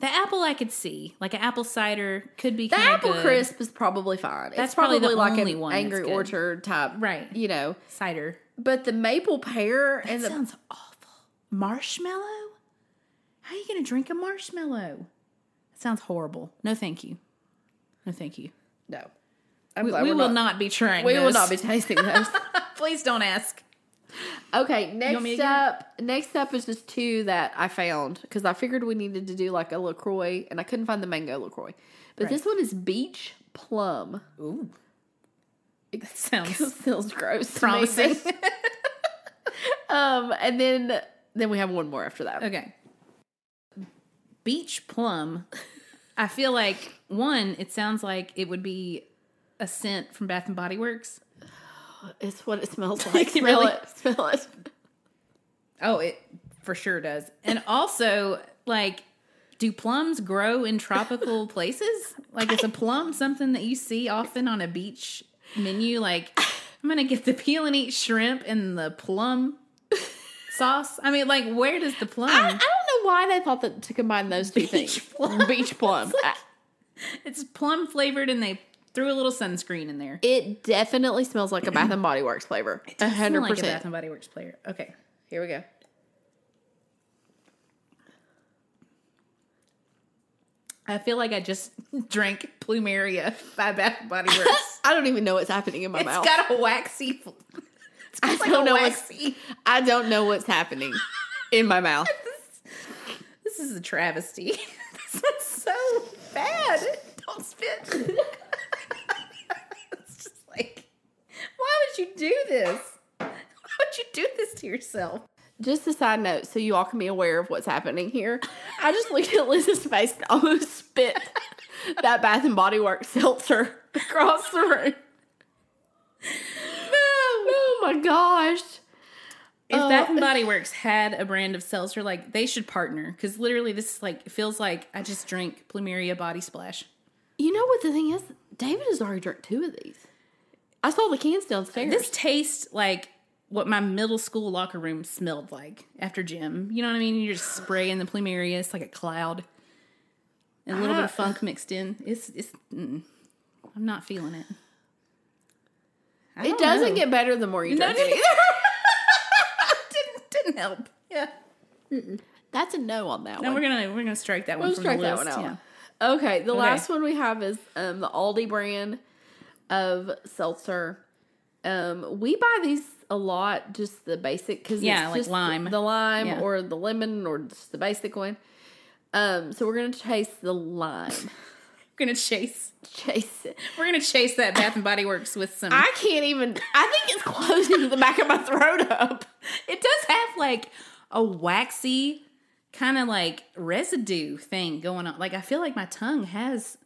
Speaker 2: The apple I could see, like an apple cider, could be
Speaker 1: the
Speaker 2: kinda
Speaker 1: apple
Speaker 2: good.
Speaker 1: crisp is probably fine.
Speaker 2: That's
Speaker 1: it's
Speaker 2: probably
Speaker 1: probably,
Speaker 2: the
Speaker 1: like
Speaker 2: only
Speaker 1: an
Speaker 2: one that's
Speaker 1: angry
Speaker 2: good.
Speaker 1: orchard type,
Speaker 2: Right.
Speaker 1: You know,
Speaker 2: cider.
Speaker 1: but the maple pear and the
Speaker 2: That sounds awful. Marshmallow? How are you going to drink a marshmallow? That sounds horrible. No, thank you. No, thank you.
Speaker 1: no, I'm
Speaker 2: We,
Speaker 1: glad
Speaker 2: we
Speaker 1: we're
Speaker 2: will not, be trying.
Speaker 1: We will
Speaker 2: this.
Speaker 1: not be tasting those.
Speaker 2: Please don't ask.
Speaker 1: Okay,
Speaker 2: me to
Speaker 1: next
Speaker 2: get
Speaker 1: up, next up is just two that I found because I figured we needed to do like a Lacroix, and I couldn't find the mango Lacroix. But this one is beach plum.
Speaker 2: Ooh, that sounds
Speaker 1: Feels gross. to me,
Speaker 2: promising.
Speaker 1: but- um, and then then we have one more after that.
Speaker 2: okay. Beach plum. I feel like one. It sounds like it would be a scent from Bath and Body Works.
Speaker 1: It's what it smells like. smell
Speaker 2: Really?
Speaker 1: it. Smell it.
Speaker 2: Oh, it for sure does. And also, like, Do plums grow in tropical places? Like, is a plum something that you see often on a beach menu? Like, I'm gonna get the peel and eat shrimp and the plum sauce. I mean, like, where does the plum?
Speaker 1: I, I don't know why they thought that to combine those two things.
Speaker 2: plum.
Speaker 1: Beach plum. I-
Speaker 2: it's plum flavored, and they threw a little sunscreen in there.
Speaker 1: it definitely smells like a Bath and Body Works flavor. A
Speaker 2: Smell
Speaker 1: hundred
Speaker 2: like a Bath
Speaker 1: percent.
Speaker 2: and Body Works player. Okay, here we go. I feel like I just drank Plumeria by Bath and Body Works.
Speaker 1: I don't even know what's happening in my
Speaker 2: it's
Speaker 1: mouth.
Speaker 2: got a waxy. It's
Speaker 1: I
Speaker 2: got like
Speaker 1: don't
Speaker 2: a
Speaker 1: know what's-
Speaker 2: waxy.
Speaker 1: I don't know what's happening in my mouth.
Speaker 2: This is a travesty. this one's so bad. Don't spit. it's just like, why would you do this? Why would you do this to yourself?
Speaker 1: Just a side note, so you all can be aware of what's happening here. I just looked at Liz's face and almost spit that Bath and Body Works seltzer across the room. Oh my gosh.
Speaker 2: If
Speaker 1: Oh.
Speaker 2: Bath and Body Works had a brand of seltzer, like they should partner because literally this is like it feels like I just drank Plumeria Body Splash.
Speaker 1: You know what the thing is? David has already drank two of these. I saw the cans downstairs.
Speaker 2: This tastes like what my middle school locker room smelled like after gym. You know what I mean? You're just spraying the Plumeria. It's like a cloud, and a little bit
Speaker 1: Ah.
Speaker 2: of funk mixed in. It's it's. Mm, I'm not feeling it. I
Speaker 1: it
Speaker 2: don't
Speaker 1: doesn't
Speaker 2: know.
Speaker 1: get better the more you
Speaker 2: No,
Speaker 1: drink
Speaker 2: it
Speaker 1: it.
Speaker 2: didn't, didn't didn't help. Yeah.
Speaker 1: That's a no on that
Speaker 2: No,
Speaker 1: one.
Speaker 2: we're gonna we're gonna strike that one.
Speaker 1: We'll
Speaker 2: from
Speaker 1: strike
Speaker 2: the
Speaker 1: that
Speaker 2: list.
Speaker 1: one out.
Speaker 2: Yeah.
Speaker 1: Okay, the last one we have is um, the Aldi brand of seltzer. Um, we buy these a lot, just the basic because
Speaker 2: Yeah, like lime.
Speaker 1: the lime
Speaker 2: Yeah.
Speaker 1: or the lemon or just the basic one. Um, so we're gonna taste the lime.
Speaker 2: We're gonna chase
Speaker 1: Chase it.
Speaker 2: We're gonna chase that Bath and Body Works with some.
Speaker 1: I can't even. I think it's closing the back of my throat up.
Speaker 2: it does have like a waxy kind of like residue thing going on. Like I feel like my tongue has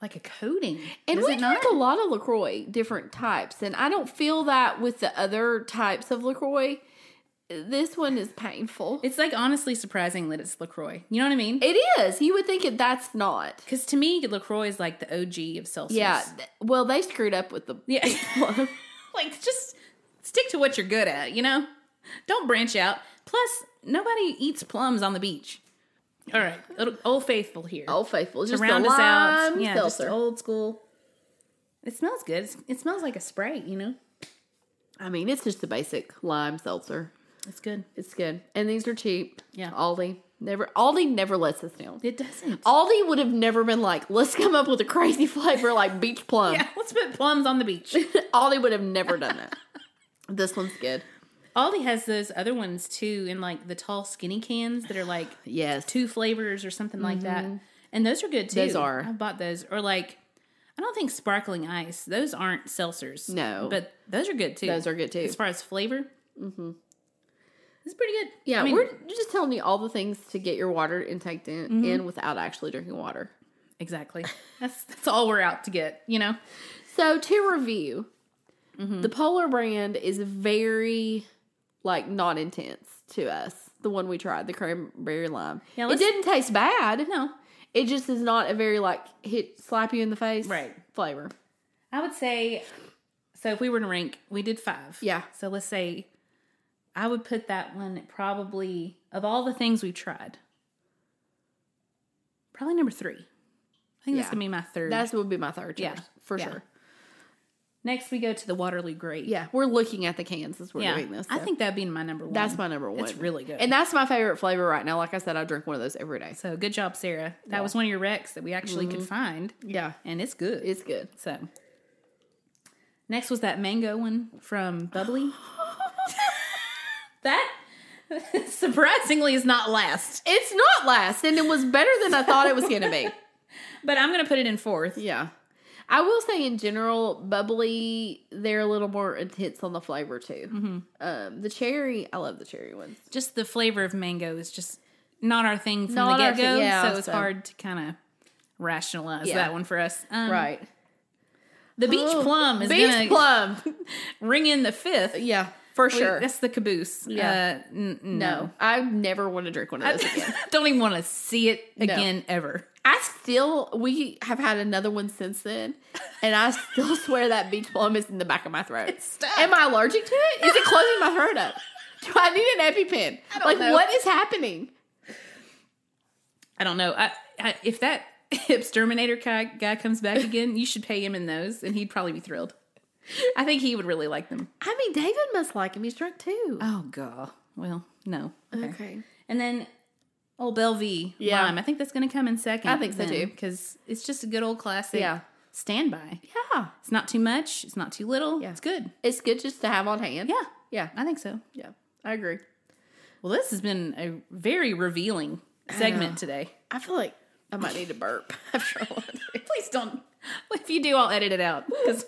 Speaker 2: like a coating.
Speaker 1: And
Speaker 2: does
Speaker 1: we
Speaker 2: it not?
Speaker 1: drink a lot of Lacroix, different types, and I don't feel that with the other types of Lacroix. This one is painful.
Speaker 2: It's like honestly surprising that it's Lacroix. You know what I mean?
Speaker 1: It is. You would think it, that's not.
Speaker 2: Because to me, Lacroix is like the OG of seltzers.
Speaker 1: Yeah. th- Well, they screwed up with the.
Speaker 2: yeah. like just stick to what you're good at. You know, don't branch out. Plus, nobody eats plums on the beach. All right, Old- Old Faithful here.
Speaker 1: Old Faithful. Just
Speaker 2: to round
Speaker 1: the
Speaker 2: us
Speaker 1: lime
Speaker 2: out. Yeah, just
Speaker 1: seltzer.
Speaker 2: old school. It smells good. It's- It smells like a Sprite, you know?
Speaker 1: I mean, it's just the basic lime seltzer.
Speaker 2: It's good.
Speaker 1: It's good, and these are cheap.
Speaker 2: Yeah.
Speaker 1: Aldi never. Aldi never lets us down.
Speaker 2: It doesn't.
Speaker 1: Aldi would have never been like, let's come up with a crazy flavor like beach plum.
Speaker 2: yeah, let's put plums on the beach.
Speaker 1: Aldi would have never done that. this one's good.
Speaker 2: Aldi has those other ones too in like the tall skinny cans that are like
Speaker 1: Yes.
Speaker 2: two flavors or something like that. And Mm-hmm. those are good too.
Speaker 1: Those are.
Speaker 2: I bought those. Or like, I don't think sparkling ice. Those aren't seltzers.
Speaker 1: No.
Speaker 2: But those are good too.
Speaker 1: Those are good too.
Speaker 2: As far as flavor. Mm-hmm. It's pretty good.
Speaker 1: Yeah,
Speaker 2: I mean,
Speaker 1: we're just telling you all the things to get your water intake in,
Speaker 2: Mm-hmm.
Speaker 1: in without actually drinking water.
Speaker 2: Exactly. That's that's all we're out to get, you know?
Speaker 1: So to review,
Speaker 2: Mm-hmm.
Speaker 1: the Polar brand is very like not intense to us. The one we tried, the cranberry lime,
Speaker 2: Yeah,
Speaker 1: it
Speaker 2: let's-
Speaker 1: didn't taste bad. No, it just is not a very like hit slap you in the face
Speaker 2: Right.
Speaker 1: flavor.
Speaker 2: I would say so if we were to rank, we did five.
Speaker 1: Yeah.
Speaker 2: So let's say I would put that one at probably of all the things we've tried. Probably number three. I think
Speaker 1: Yeah.
Speaker 2: that's gonna be my third.
Speaker 1: That's would be my third choice
Speaker 2: Yeah.
Speaker 1: for
Speaker 2: Yeah.
Speaker 1: sure.
Speaker 2: next we go to the Waterloo Great.
Speaker 1: Yeah, we're looking at the cans as we're
Speaker 2: Yeah.
Speaker 1: doing this.
Speaker 2: I
Speaker 1: so
Speaker 2: think that'd be my number one.
Speaker 1: that's my number one.
Speaker 2: It's really good.
Speaker 1: and that's my favorite flavor right now. Like I said, I drink one of those every day.
Speaker 2: so good job, Sarah. That was one of your recs that we actually could
Speaker 1: Mm-hmm.
Speaker 2: find.
Speaker 1: Yeah,
Speaker 2: And it's good.
Speaker 1: it's good.
Speaker 2: So next was that mango one from Bubbly. that surprisingly is not last,
Speaker 1: It's not last, and it was better than I thought it was going to be.
Speaker 2: but I'm gonna put it in fourth.
Speaker 1: Yeah. I will say in general, bubbly, they're a little more intense on the flavor too. Um, the cherry, I love the cherry ones.
Speaker 2: Just the flavor of mango is just not our thing from
Speaker 1: Not
Speaker 2: the
Speaker 1: our
Speaker 2: get
Speaker 1: thing,
Speaker 2: go,
Speaker 1: yeah,
Speaker 2: so it's
Speaker 1: so-
Speaker 2: hard to kind of rationalize
Speaker 1: Yeah.
Speaker 2: that one for us. Um,
Speaker 1: Right.
Speaker 2: The beach plum is
Speaker 1: Beach
Speaker 2: gonna
Speaker 1: plum.
Speaker 2: ring in the fifth.
Speaker 1: Yeah. for
Speaker 2: We-
Speaker 1: sure.
Speaker 2: That's the caboose.
Speaker 1: Yeah.
Speaker 2: Uh, n- n-
Speaker 1: no, I never want to drink one of those again.
Speaker 2: Don't even want to see it again ever.
Speaker 1: I still, we have had another one since then, and I still swear that beach plum is in the back of my throat. Am I allergic to it? Is it closing my throat up? Do I need an EpiPen? like,
Speaker 2: know.
Speaker 1: what is happening?
Speaker 2: I don't know. I, I, if that exterminator guy, guy comes back again, you should pay him in those, and he'd probably be thrilled. I think he would really like them.
Speaker 1: I mean, David must like him. He's drunk too.
Speaker 2: Oh god. Well, no. Okay.
Speaker 1: okay.
Speaker 2: And then old Bellevue
Speaker 1: Yeah.
Speaker 2: lime. I think that's going to come in second.
Speaker 1: I think so, too.
Speaker 2: because it's just a good old classic.
Speaker 1: Yeah.
Speaker 2: Standby.
Speaker 1: Yeah.
Speaker 2: It's not too much. It's not too little.
Speaker 1: Yeah.
Speaker 2: It's good.
Speaker 1: It's good just to have on hand.
Speaker 2: Yeah.
Speaker 1: Yeah.
Speaker 2: I think so.
Speaker 1: Yeah. I agree.
Speaker 2: Well, this has been a very revealing segment today.
Speaker 1: I feel like I might need to burp after all of this.
Speaker 2: Please don't. If you do, I'll edit it out because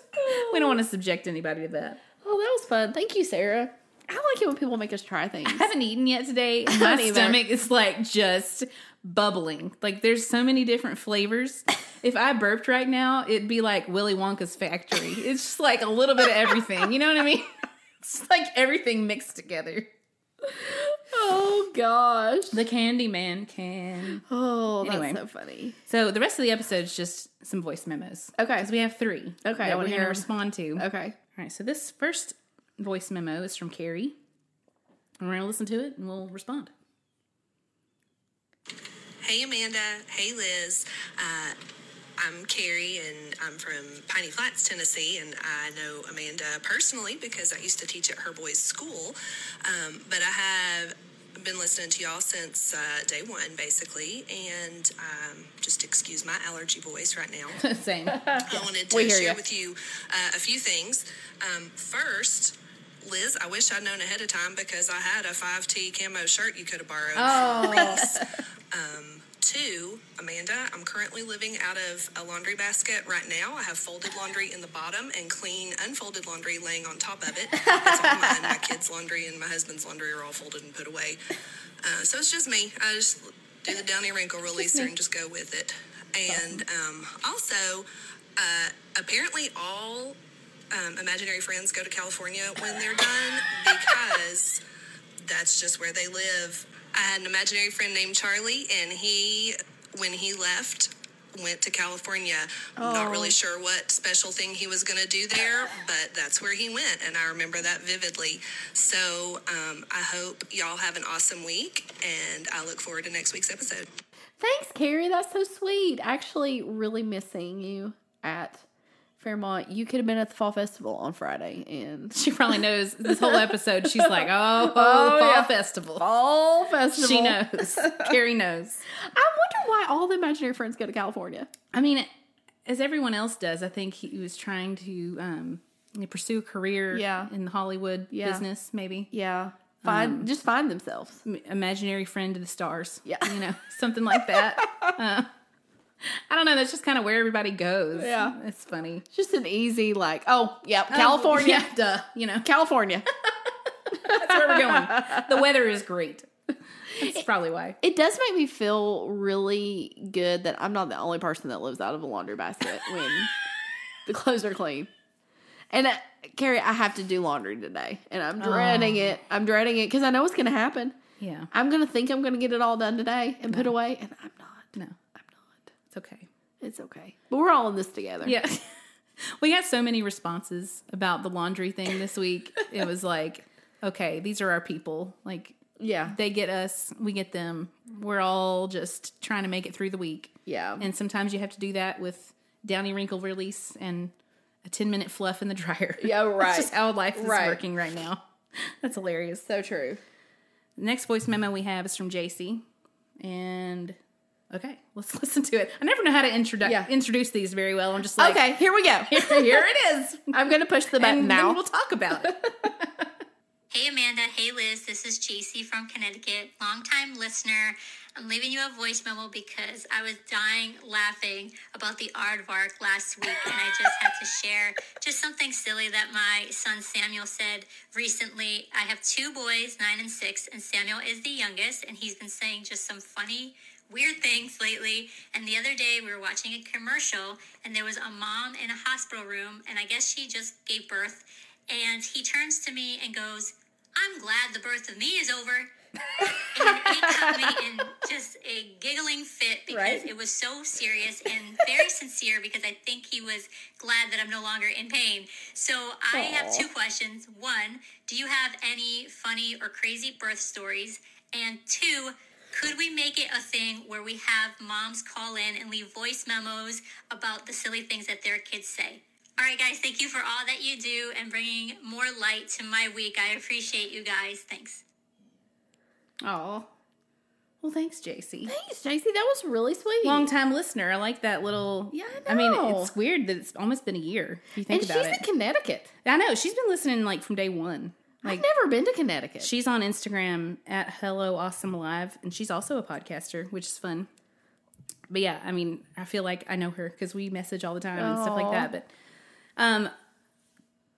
Speaker 2: we don't want to subject anybody to that.
Speaker 1: Oh, that was fun. Thank you, Sarah. I like it when people make us try things.
Speaker 2: I haven't eaten yet today. and
Speaker 1: haven't
Speaker 2: My
Speaker 1: either.
Speaker 2: stomach is like just bubbling. Like there's so many different flavors. If I burped right now, it'd be like Willy Wonka's factory. It's just like a little bit of everything. You know what I mean? It's like everything mixed together.
Speaker 1: Oh gosh.
Speaker 2: The Candy Man can.
Speaker 1: Oh, that's
Speaker 2: Anyway.
Speaker 1: so funny.
Speaker 2: So the rest of the episode's just some voice memos.
Speaker 1: Okay.
Speaker 2: Because we have three.
Speaker 1: Okay,
Speaker 2: That we're
Speaker 1: we
Speaker 2: going to
Speaker 1: are-
Speaker 2: respond to.
Speaker 1: Okay.
Speaker 2: All right. So this first voice memo is from Carrie. And we're going to listen to it and we'll respond.
Speaker 7: Hey, Amanda. Hey, Liz. Uh, I'm Carrie, and I'm from Piney Flats, Tennessee. And I know Amanda personally because I used to teach at her boys' school. Um, but I have been listening to y'all since uh, day one, basically. And um, just excuse my allergy voice right now.
Speaker 2: Same.
Speaker 7: I wanted to
Speaker 1: We hear
Speaker 7: share
Speaker 1: ya.
Speaker 7: with you uh, a few things. Um, first, Liz, I wish I'd known ahead of time because I had a 5T camo shirt you could have borrowed. Oh. Um, two, Amanda, I'm currently living out of a laundry basket right now. I have folded laundry in the bottom and clean unfolded laundry laying on top of it. That's all mine. My kids' laundry and my husband's laundry are all folded and put away. Uh, so it's just me. I just do the downy wrinkle releaser and just go with it. And um, also, uh, apparently, all um, imaginary friends go to California when they're done because that's just where they live. I had an imaginary friend named Charlie, and he, when he left, went to California. Not really sure what special thing he was going to do there, but that's where he went, and I remember that vividly. So um, I hope y'all have an awesome week, and I look forward to next week's episode.
Speaker 1: Thanks, Carrie. That's so sweet. Actually, really missing you at Fairmont. You could have been at the Fall Festival on Friday and
Speaker 2: She probably knows this whole episode. She's like, oh,
Speaker 1: Oh,
Speaker 2: the fall
Speaker 1: yeah.
Speaker 2: festival.
Speaker 1: Fall Festival.
Speaker 2: She knows. Carrie knows.
Speaker 1: I wonder why all the imaginary friends go to California.
Speaker 2: I mean, as everyone else does, I think he was trying to um, pursue a career
Speaker 1: Yeah.
Speaker 2: in the Hollywood
Speaker 1: Yeah.
Speaker 2: business, maybe.
Speaker 1: Yeah. Um, Find just find themselves.
Speaker 2: M- Imaginary friend to the stars.
Speaker 1: Yeah.
Speaker 2: You know, something like that. uh, I don't know. That's just kind of where everybody goes.
Speaker 1: Yeah.
Speaker 2: It's funny.
Speaker 1: It's just an easy like, oh yeah, California.
Speaker 2: Yeah, duh. You know,
Speaker 1: California.
Speaker 2: that's where we're going. the weather is great. That's probably why.
Speaker 1: It does make me feel really good that I'm not the only person that lives out of a laundry basket when the clothes are clean. And uh, Carrie, I have to do laundry today, and I'm dreading it. I'm dreading it because I know what's going to happen.
Speaker 2: Yeah.
Speaker 1: I'm going to think I'm going to get it all done today and put away, and I'm not.
Speaker 2: No,
Speaker 1: I'm not.
Speaker 2: it's okay.
Speaker 1: It's okay, but we're all in this together.
Speaker 2: Yeah. We got so many responses about the laundry thing this week. it was like, okay, these are our people. Like,
Speaker 1: yeah,
Speaker 2: they get us, we get them. We're all just trying to make it through the week.
Speaker 1: yeah.
Speaker 2: And sometimes you have to do that with downy wrinkle release and a 10 minute fluff in the dryer.
Speaker 1: Yeah, right.
Speaker 2: That's just how life is
Speaker 1: Right.
Speaker 2: working right now. That's hilarious.
Speaker 1: so true.
Speaker 2: The next voice memo we have is from JC. And okay, let's listen to it. I never know how to introdu-
Speaker 1: Yeah.
Speaker 2: introduce these very well. I'm just like,
Speaker 1: okay, here we go.
Speaker 2: here it is.
Speaker 1: I'm going to push the button
Speaker 2: and
Speaker 1: now.
Speaker 2: then we'll talk about it.
Speaker 8: Hey Amanda, hey Liz, this is JC from Connecticut, longtime listener. I'm leaving you a voice memo because I was dying laughing about the aardvark last week, and I just had to share just something silly that my son Samuel said recently. I have two boys, nine and six, and Samuel is the youngest, and he's been saying just some funny weird things lately. And the other day, we were watching a commercial, and there was a mom in a hospital room, and I guess she just gave birth. And he turns to me and goes, I'm glad the birth of me is over. and it cut me in just a giggling fit because
Speaker 9: Right.
Speaker 8: it was so serious and very sincere because I think he was glad that I'm no longer in pain. So I have two questions. One, do you have any funny or crazy birth stories? And two, could we make it a thing where we have moms call in and leave voice memos about the silly things that their kids say? All right, guys, thank you for all that you do and bringing more light to my week. I appreciate you guys. Thanks.
Speaker 2: Oh, well, thanks, JC.
Speaker 1: Thanks, JC. That was really sweet.
Speaker 2: Long time listener. I like that little.
Speaker 1: Yeah, I
Speaker 2: mean,
Speaker 1: know.
Speaker 2: it's weird that it's almost been a year. If you think
Speaker 1: and
Speaker 2: about
Speaker 1: she's
Speaker 2: it,
Speaker 1: in Connecticut.
Speaker 2: I know she's been listening like from day one. Like
Speaker 1: I've never been to Connecticut.
Speaker 2: she's on Instagram at Hello Awesome Live, and she's also a podcaster, which is fun. But yeah, I mean, I feel like I know her because we message all the time and stuff like that. But um,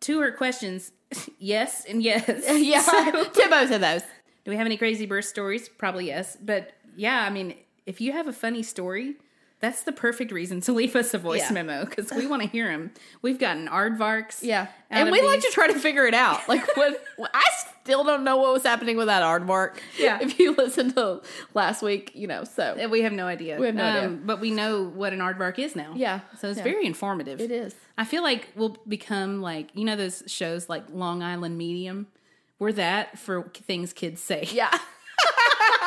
Speaker 2: to her questions, yes and yes,
Speaker 1: yeah, to both of those.
Speaker 2: Do we have any crazy birth stories? Probably yes. But yeah, I mean, if you have a funny story, that's the perfect reason to leave us a voice
Speaker 1: Yeah.
Speaker 2: memo because we want to hear them. We've gotten aardvarks.
Speaker 1: Yeah,
Speaker 2: out
Speaker 1: and
Speaker 2: of
Speaker 1: we like to
Speaker 2: these.
Speaker 1: try to figure it out. Like what? I still don't know what was happening with that aardvark.
Speaker 2: Yeah.
Speaker 1: if you listen to last week, you know. So
Speaker 2: We have no idea. Um,
Speaker 1: We have no idea.
Speaker 2: But we know what an aardvark is now.
Speaker 1: Yeah.
Speaker 2: So it's
Speaker 1: Yeah.
Speaker 2: very informative.
Speaker 1: it is.
Speaker 2: I feel like we'll become like, you know, those shows like Long Island Medium? We're that for things kids say.
Speaker 1: Yeah,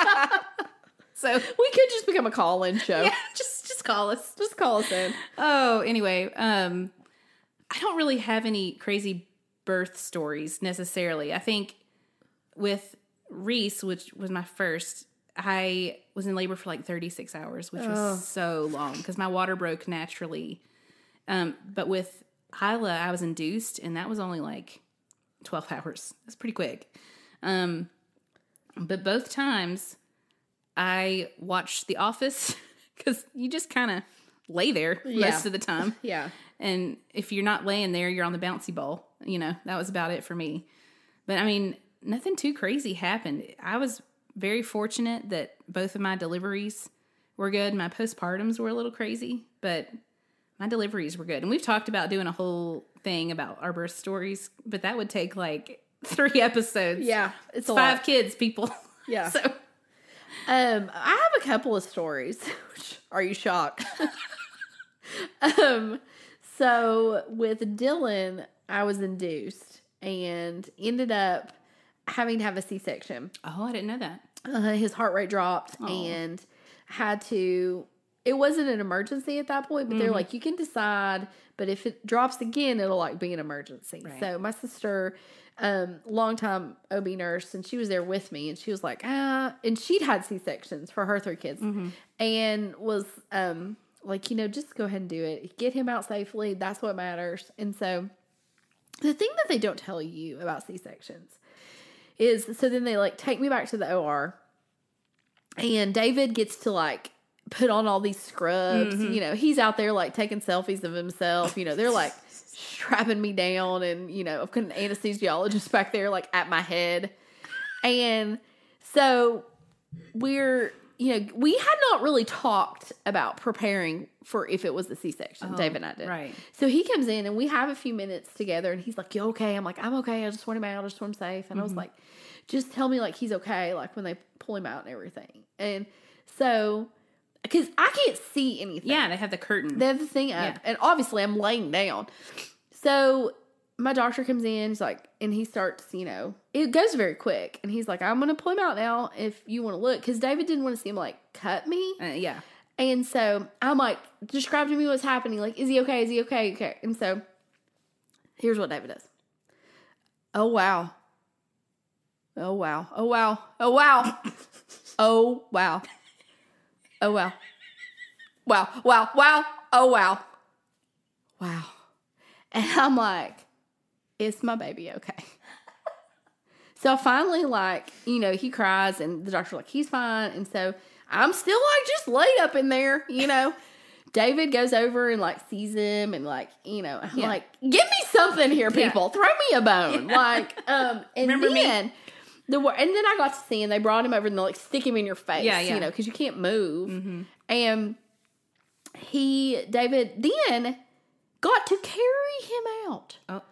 Speaker 2: So
Speaker 1: we could just become a call-in show.
Speaker 2: yeah, just, just call us.
Speaker 1: Just call us in.
Speaker 2: Oh, anyway, um, I don't really have any crazy birth stories necessarily. I think with Reese, which was my first, I was in labor for like 36 hours, which was so long because my water broke naturally. Um, but with Hyla, I was induced, and that was only like 12 hours. That's pretty quick. Um, but both times, I watched The Office because you just kind of lay there most of the time.
Speaker 1: Yeah,
Speaker 2: And if you're not laying there, you're on the bouncy ball. You know, that was about it for me. But I mean, nothing too crazy happened. I was very fortunate that both of my deliveries were good. My postpartums were a little crazy, but my deliveries were good. And we've talked about doing a whole thing about our birth stories, but that would take like three episodes.
Speaker 1: yeah. It's a
Speaker 2: Five
Speaker 1: lot.
Speaker 2: kids, people.
Speaker 1: Yeah.
Speaker 2: so
Speaker 1: Um, I have a couple of stories. Are you shocked? um, so with Dylan, I was induced and ended up having to have a C-section.
Speaker 2: Oh, I didn't know that.
Speaker 1: Uh, his heart rate dropped and had to. It wasn't an emergency at that point, but they're like, you can decide. But if it drops again, it'll like be an emergency. So my sister, um, longtime OB nurse, and she was there with me, and she was like, ah, and she'd had C sections for her three kids, and was um like, you know, just go ahead and do it, get him out safely. That's what matters. And so, the thing that they don't tell you about C sections is so then they like take me back to the OR and David gets to like put on all these scrubs. You know, he's out there like taking selfies of himself. You know, they're like strapping me down and, you know, I've got an anesthesiologist back there like at my head. And so we're, you know, we had not really talked about preparing for if it was a C section. David and I did.
Speaker 2: Uh-huh. Oh, right.
Speaker 1: So he comes in and we have a few minutes together and he's like, You okay? I'm like, I'm okay. I just want him out. I just want him safe. And I
Speaker 2: Mm-hmm.
Speaker 1: was like, Just tell me like he's okay, like when they pull him out and everything. And so, because I can't see anything.
Speaker 2: Yeah, they have the curtain.
Speaker 1: They have the thing up.
Speaker 2: Yeah.
Speaker 1: And obviously I'm laying down. So my doctor comes in, he's like, and he starts, you know, it goes very quick. And he's like, I'm going to pull him out now if you want to look. Because David didn't want to see him like cut me.
Speaker 2: Uh, yeah.
Speaker 1: And so I'm like, describe to me what's happening. Like, is he okay? Is he okay? Okay. And so here's what David does. Oh wow. Oh wow. Oh wow. Oh wow. oh wow. Oh wow. Wow. Wow. Wow. Oh wow. Wow. And I'm like, is my baby okay? So finally, like, you know, he cries and the doctor's like, he's fine. And so I'm still like just laid up in there, you know. David goes over and like sees him and like, you know, I'm
Speaker 2: Yeah.
Speaker 1: like, give me something here, people. Throw me a bone. Like, um, and
Speaker 2: Remember me?
Speaker 1: then the wor- and then I got to see him. They brought him over and they like stick him in your face,
Speaker 2: Yeah, yeah. Mm-hmm.
Speaker 1: you know, because you can't move. And he, David, then got to carry him out
Speaker 2: Oh.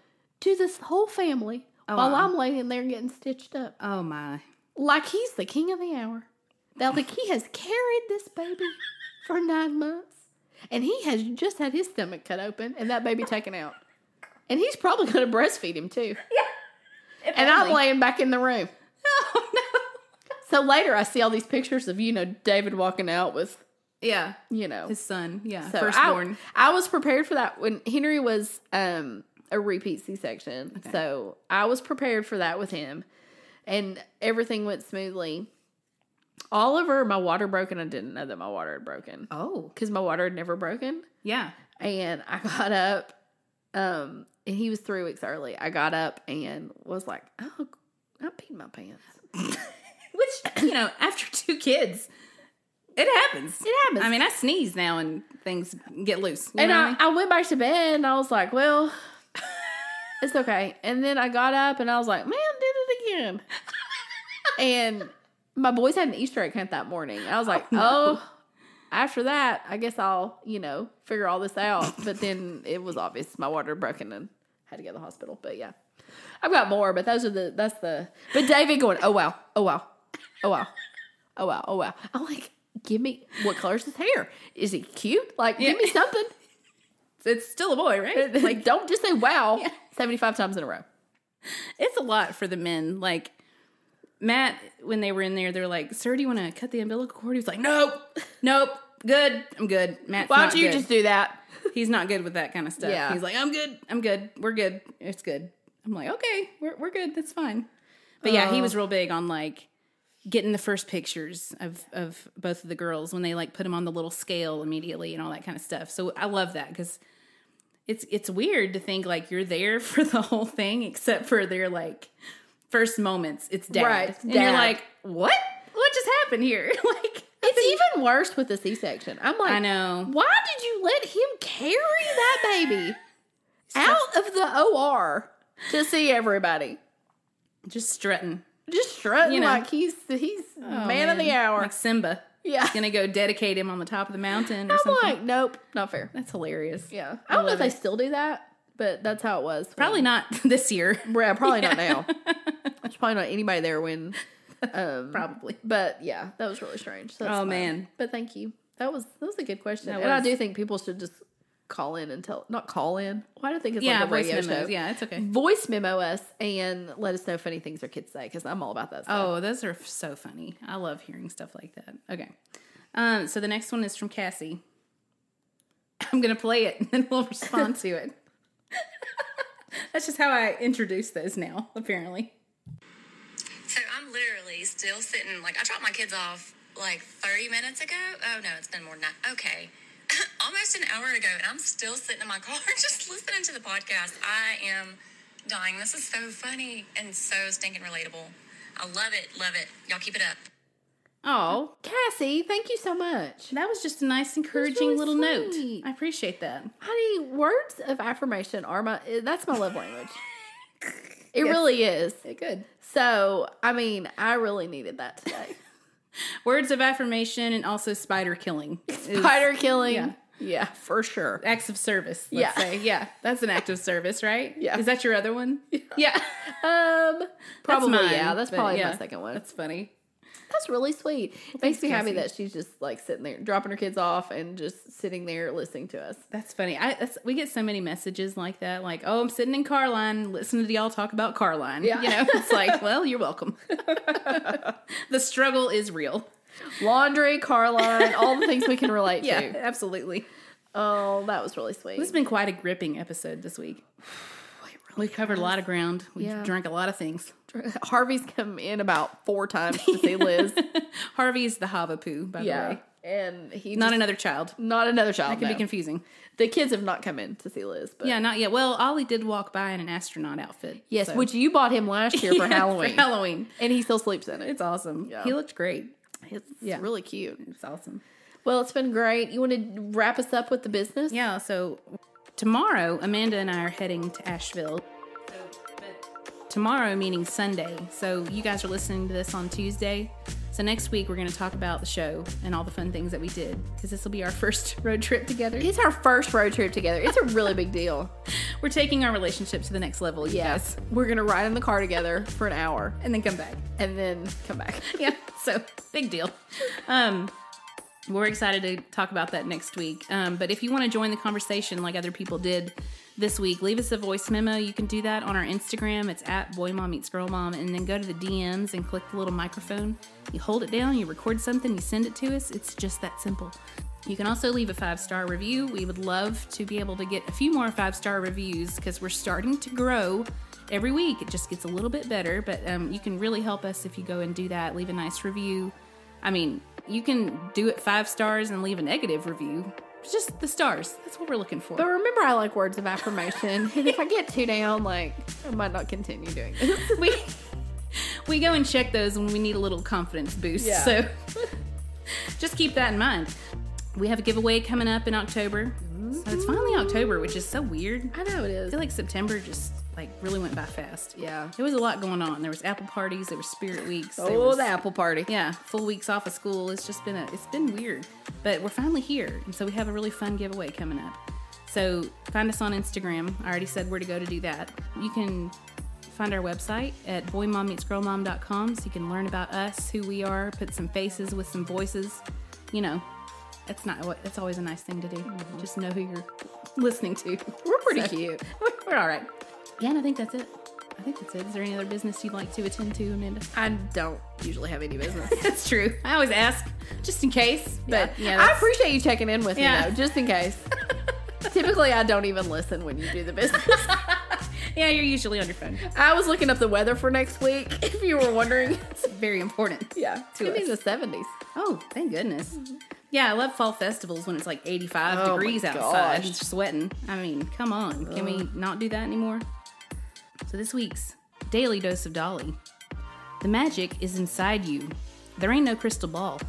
Speaker 1: to this whole family while I'm laying there getting stitched up.
Speaker 2: Oh my.
Speaker 1: Like he's the king of the hour. That like he has carried this baby for nine months. And he has just had his stomach cut open and that baby taken out. And he's probably gonna breastfeed him too. Yeah. And I'm laying back in the room.
Speaker 2: Oh no.
Speaker 1: So later I see all these pictures of, you know, David walking out with,
Speaker 2: Yeah.
Speaker 1: you know,
Speaker 2: His son. Yeah.
Speaker 1: so
Speaker 2: Firstborn.
Speaker 1: I, I was prepared for that when Henry was um, a repeat C section. So I was prepared for that with him. And everything went smoothly. Oliver, my water broke, and I didn't know that my water had broken
Speaker 2: oh.
Speaker 1: because my water had never broken.
Speaker 2: Yeah.
Speaker 1: And I got up, um, and he was three weeks early. I got up and was like, oh, I peed my pants.
Speaker 2: Which, you know, after two kids, it happens.
Speaker 1: It happens.
Speaker 2: I mean, I sneeze now and things get loose. You
Speaker 1: and
Speaker 2: know what
Speaker 1: I, I went back to bed and I was like, well, it's okay. And then I got up and I was like, man, did it again. and my boys had an Easter egg hunt that morning. I was like, oh, after that, I guess I'll, you know, figure all this out. but then it was obvious my water had broken and had to go to the hospital. But yeah, I've got more, but those are the, that's the, but David going, oh, wow, oh, wow, oh, wow. Oh wow, oh wow. I'm like, give me what color's his hair? Is he cute? Like, give me something.
Speaker 2: It's still a boy, right?
Speaker 1: like don't just say wow 75 times in a row
Speaker 2: it's a lot for the men. Like Matt, when they were in there, they're like, "Sir, do you want to cut the umbilical cord?" He was like, "Nope, nope, good. I'm good." Matt,
Speaker 1: why don't you just do that
Speaker 2: He's not good with that kind of stuff.
Speaker 1: Yeah.
Speaker 2: He's like, "I'm good. I'm good. We're good. It's good." I'm like, "Okay, we're we're good. That's fine." But yeah,
Speaker 1: Uh.
Speaker 2: he was real big on like getting the first pictures of of both of the girls when they like put them on the little scale immediately and all that kind of stuff. So I love that because it's it's weird to think like you're there for the whole thing except for their like first moments. It's dad,
Speaker 1: Right,
Speaker 2: and you're
Speaker 1: dad.
Speaker 2: like, what? What just happened here? like,
Speaker 1: it's even worse with the c-section i'm like
Speaker 2: I know.
Speaker 1: why did you let him carry that baby out of the or to see everybody
Speaker 2: Just strutting,
Speaker 1: just strutting
Speaker 2: You know.
Speaker 1: like he's he's man, of the hour
Speaker 2: like Simba.
Speaker 1: yeah
Speaker 2: Gonna go dedicate him on the top of the mountain or
Speaker 1: i'm
Speaker 2: something.
Speaker 1: like nope not fair
Speaker 2: That's hilarious.
Speaker 1: yeah i don't know if they still do that but that's how it was
Speaker 2: Probably not this year.
Speaker 1: yeah, uh, probably not now there's probably not anybody there when um
Speaker 2: Probably.
Speaker 1: But yeah, that was really strange. So that's
Speaker 2: Oh,
Speaker 1: fine.
Speaker 2: man.
Speaker 1: But thank you. That was that was a good question,
Speaker 2: That
Speaker 1: and I
Speaker 2: was.
Speaker 1: do think people should just call in and tell. Not call in. Why do I think it's
Speaker 2: Yeah,
Speaker 1: like a
Speaker 2: voice
Speaker 1: radio
Speaker 2: memos.
Speaker 1: show?
Speaker 2: Yeah, it's okay.
Speaker 1: voice memo us and let us know funny things our kids say because I'm all about that. Stuff.
Speaker 2: Oh, those are f- so funny. I love hearing stuff like that. Okay. Um, so the next one is from Cassie. I'm going to play it and then we'll respond to it. That's just how I introduce those now, apparently.
Speaker 8: So I'm literally still sitting, like, I dropped my kids off like 30 minutes ago. Oh, no, it's been more than that. Okay. Almost an hour ago, and I'm still sitting in my car just listening to the podcast. I am dying. This is so funny and so stinking relatable. I love it. Love it. Y'all keep it up.
Speaker 2: Oh,
Speaker 1: Cassie, thank you so much.
Speaker 2: that was just a nice, encouraging
Speaker 1: really
Speaker 2: little
Speaker 1: sweet.
Speaker 2: note. I appreciate that.
Speaker 1: Honey, words of affirmation are my eh, that's my love language. It really is.
Speaker 2: Good.
Speaker 1: So I mean, I really needed that today.
Speaker 2: Words of affirmation and also spider killing. is
Speaker 1: Spider killing.
Speaker 2: yeah.
Speaker 1: yeah, for sure.
Speaker 2: Acts of service, let's
Speaker 1: Yeah.
Speaker 2: say. Yeah, that's an act of service, right?
Speaker 1: Yeah.
Speaker 2: Is that your other one? Yeah.
Speaker 1: Um, probably
Speaker 2: mine,
Speaker 1: yeah. That's
Speaker 2: but
Speaker 1: probably
Speaker 2: yeah.
Speaker 1: my second one.
Speaker 2: That's funny.
Speaker 1: That's really sweet. It makes me happy
Speaker 2: Cassie.
Speaker 1: that she's just like sitting there, dropping her kids off, and just sitting there listening to us.
Speaker 2: That's funny. I that's, we get so many messages like that, like, "Oh, I'm sitting in car line, listening to y'all talk about car line."
Speaker 1: Yeah.
Speaker 2: you know, it's like, well, you're welcome. the struggle is real.
Speaker 1: Laundry, car line, all the things we can relate to.
Speaker 2: absolutely.
Speaker 1: Oh, that was really sweet.
Speaker 2: This has been quite a gripping episode this week. We've covered a lot of ground. We've
Speaker 1: Yeah.
Speaker 2: drank a lot of things.
Speaker 1: Harvey's come in about four times to see Liz.
Speaker 2: Harvey's the Havapoo, by the
Speaker 1: yeah,
Speaker 2: way.
Speaker 1: and he
Speaker 2: Not
Speaker 1: just-
Speaker 2: another child.
Speaker 1: not another child.
Speaker 2: Could be
Speaker 1: no.
Speaker 2: confusing.
Speaker 1: the kids have not come in to see Liz. But
Speaker 2: Yeah, not yet. Well, Ollie did walk by in an astronaut outfit.
Speaker 1: yes,
Speaker 2: so-
Speaker 1: which you bought him last year for
Speaker 2: Yeah,
Speaker 1: Halloween,
Speaker 2: For Halloween.
Speaker 1: and he still sleeps in it.
Speaker 2: It's awesome.
Speaker 1: Yeah.
Speaker 2: He looked great.
Speaker 1: It's really cute.
Speaker 2: It's awesome.
Speaker 1: Well, it's been great. You want to wrap us up with the business?
Speaker 2: Yeah, so tomorrow, Amanda and I are heading to Asheville. Tomorrow, meaning Sunday. So you guys are listening to this on Tuesday. So next week, we're going to talk about the show and all the fun things that we did because this will be our first road trip together.
Speaker 1: It's our first road trip together. It's a really big deal.
Speaker 2: We're taking our relationship to the next level, you
Speaker 1: Yes.
Speaker 2: yes.
Speaker 1: We're going to ride in the car together for an hour
Speaker 2: And then come back.
Speaker 1: and then come back.
Speaker 2: yeah. So big deal. Um, we're excited to talk about that next week. Um, but if you want to join the conversation like other people did this week, leave us a voice memo. You can do that on our Instagram. It's at Boy Mom Meets Girl Mom. And then go to the DMs and click the little microphone. You hold it down, you record something, you send it to us. It's just that simple. You can also leave a five star review. We would love to be able to get a few more five star reviews because we're starting to grow every week. It just gets a little bit better, but um, you can really help us if you go and do that. Leave a nice review. I mean, you can do it five stars and leave a negative review. It's just the stars. That's what we're looking for.
Speaker 1: But remember, I like words of affirmation. and if I get too down, like, I might not continue doing this.
Speaker 2: we we go and check those when we need a little confidence boost. So just keep that in mind. We have a giveaway coming up in October. So it's finally October, which is so weird.
Speaker 1: I know it
Speaker 2: I
Speaker 1: is.
Speaker 2: feel like September just like really went by fast.
Speaker 1: Yeah.
Speaker 2: There was a lot going on. There was apple parties, there were spirit weeks. there
Speaker 1: Oh,
Speaker 2: was-
Speaker 1: the apple party.
Speaker 2: yeah, full weeks off of school. It's just been a, it's been weird, but we're finally here, and so we have a really fun giveaway coming up. So find us on Instagram. I already said where to go to do that. You can find our website at boymommeetsgirlmom.com so you can learn about us, who we are, put some faces with some voices. You know, that's not what that's always a nice thing to do. Just know who you're listening to. We're pretty cute. We're all right. Yeah, and I think that's it. I think that's it. Is there any other business you'd like to attend to, Amanda?
Speaker 1: I don't usually have any business.
Speaker 2: That's true. I always ask just in case, but yeah,
Speaker 1: I
Speaker 2: that's-
Speaker 1: appreciate you checking in with
Speaker 2: Yeah.
Speaker 1: me, though, just in case. Typically, I don't even listen when you do the business.
Speaker 2: yeah, you're usually on your phone.
Speaker 1: I was looking up the weather for next week, if you were wondering.
Speaker 2: It's very important.
Speaker 1: yeah, it's gonna be in the 70s.
Speaker 2: Oh, thank goodness. Yeah, I love fall festivals when it's like 85
Speaker 1: Oh my
Speaker 2: degrees outside.
Speaker 1: gosh.
Speaker 2: It's sweating. I mean, come on. Can we not do that anymore? So this week's daily dose of Dolly. The magic is inside you. There ain't no crystal ball.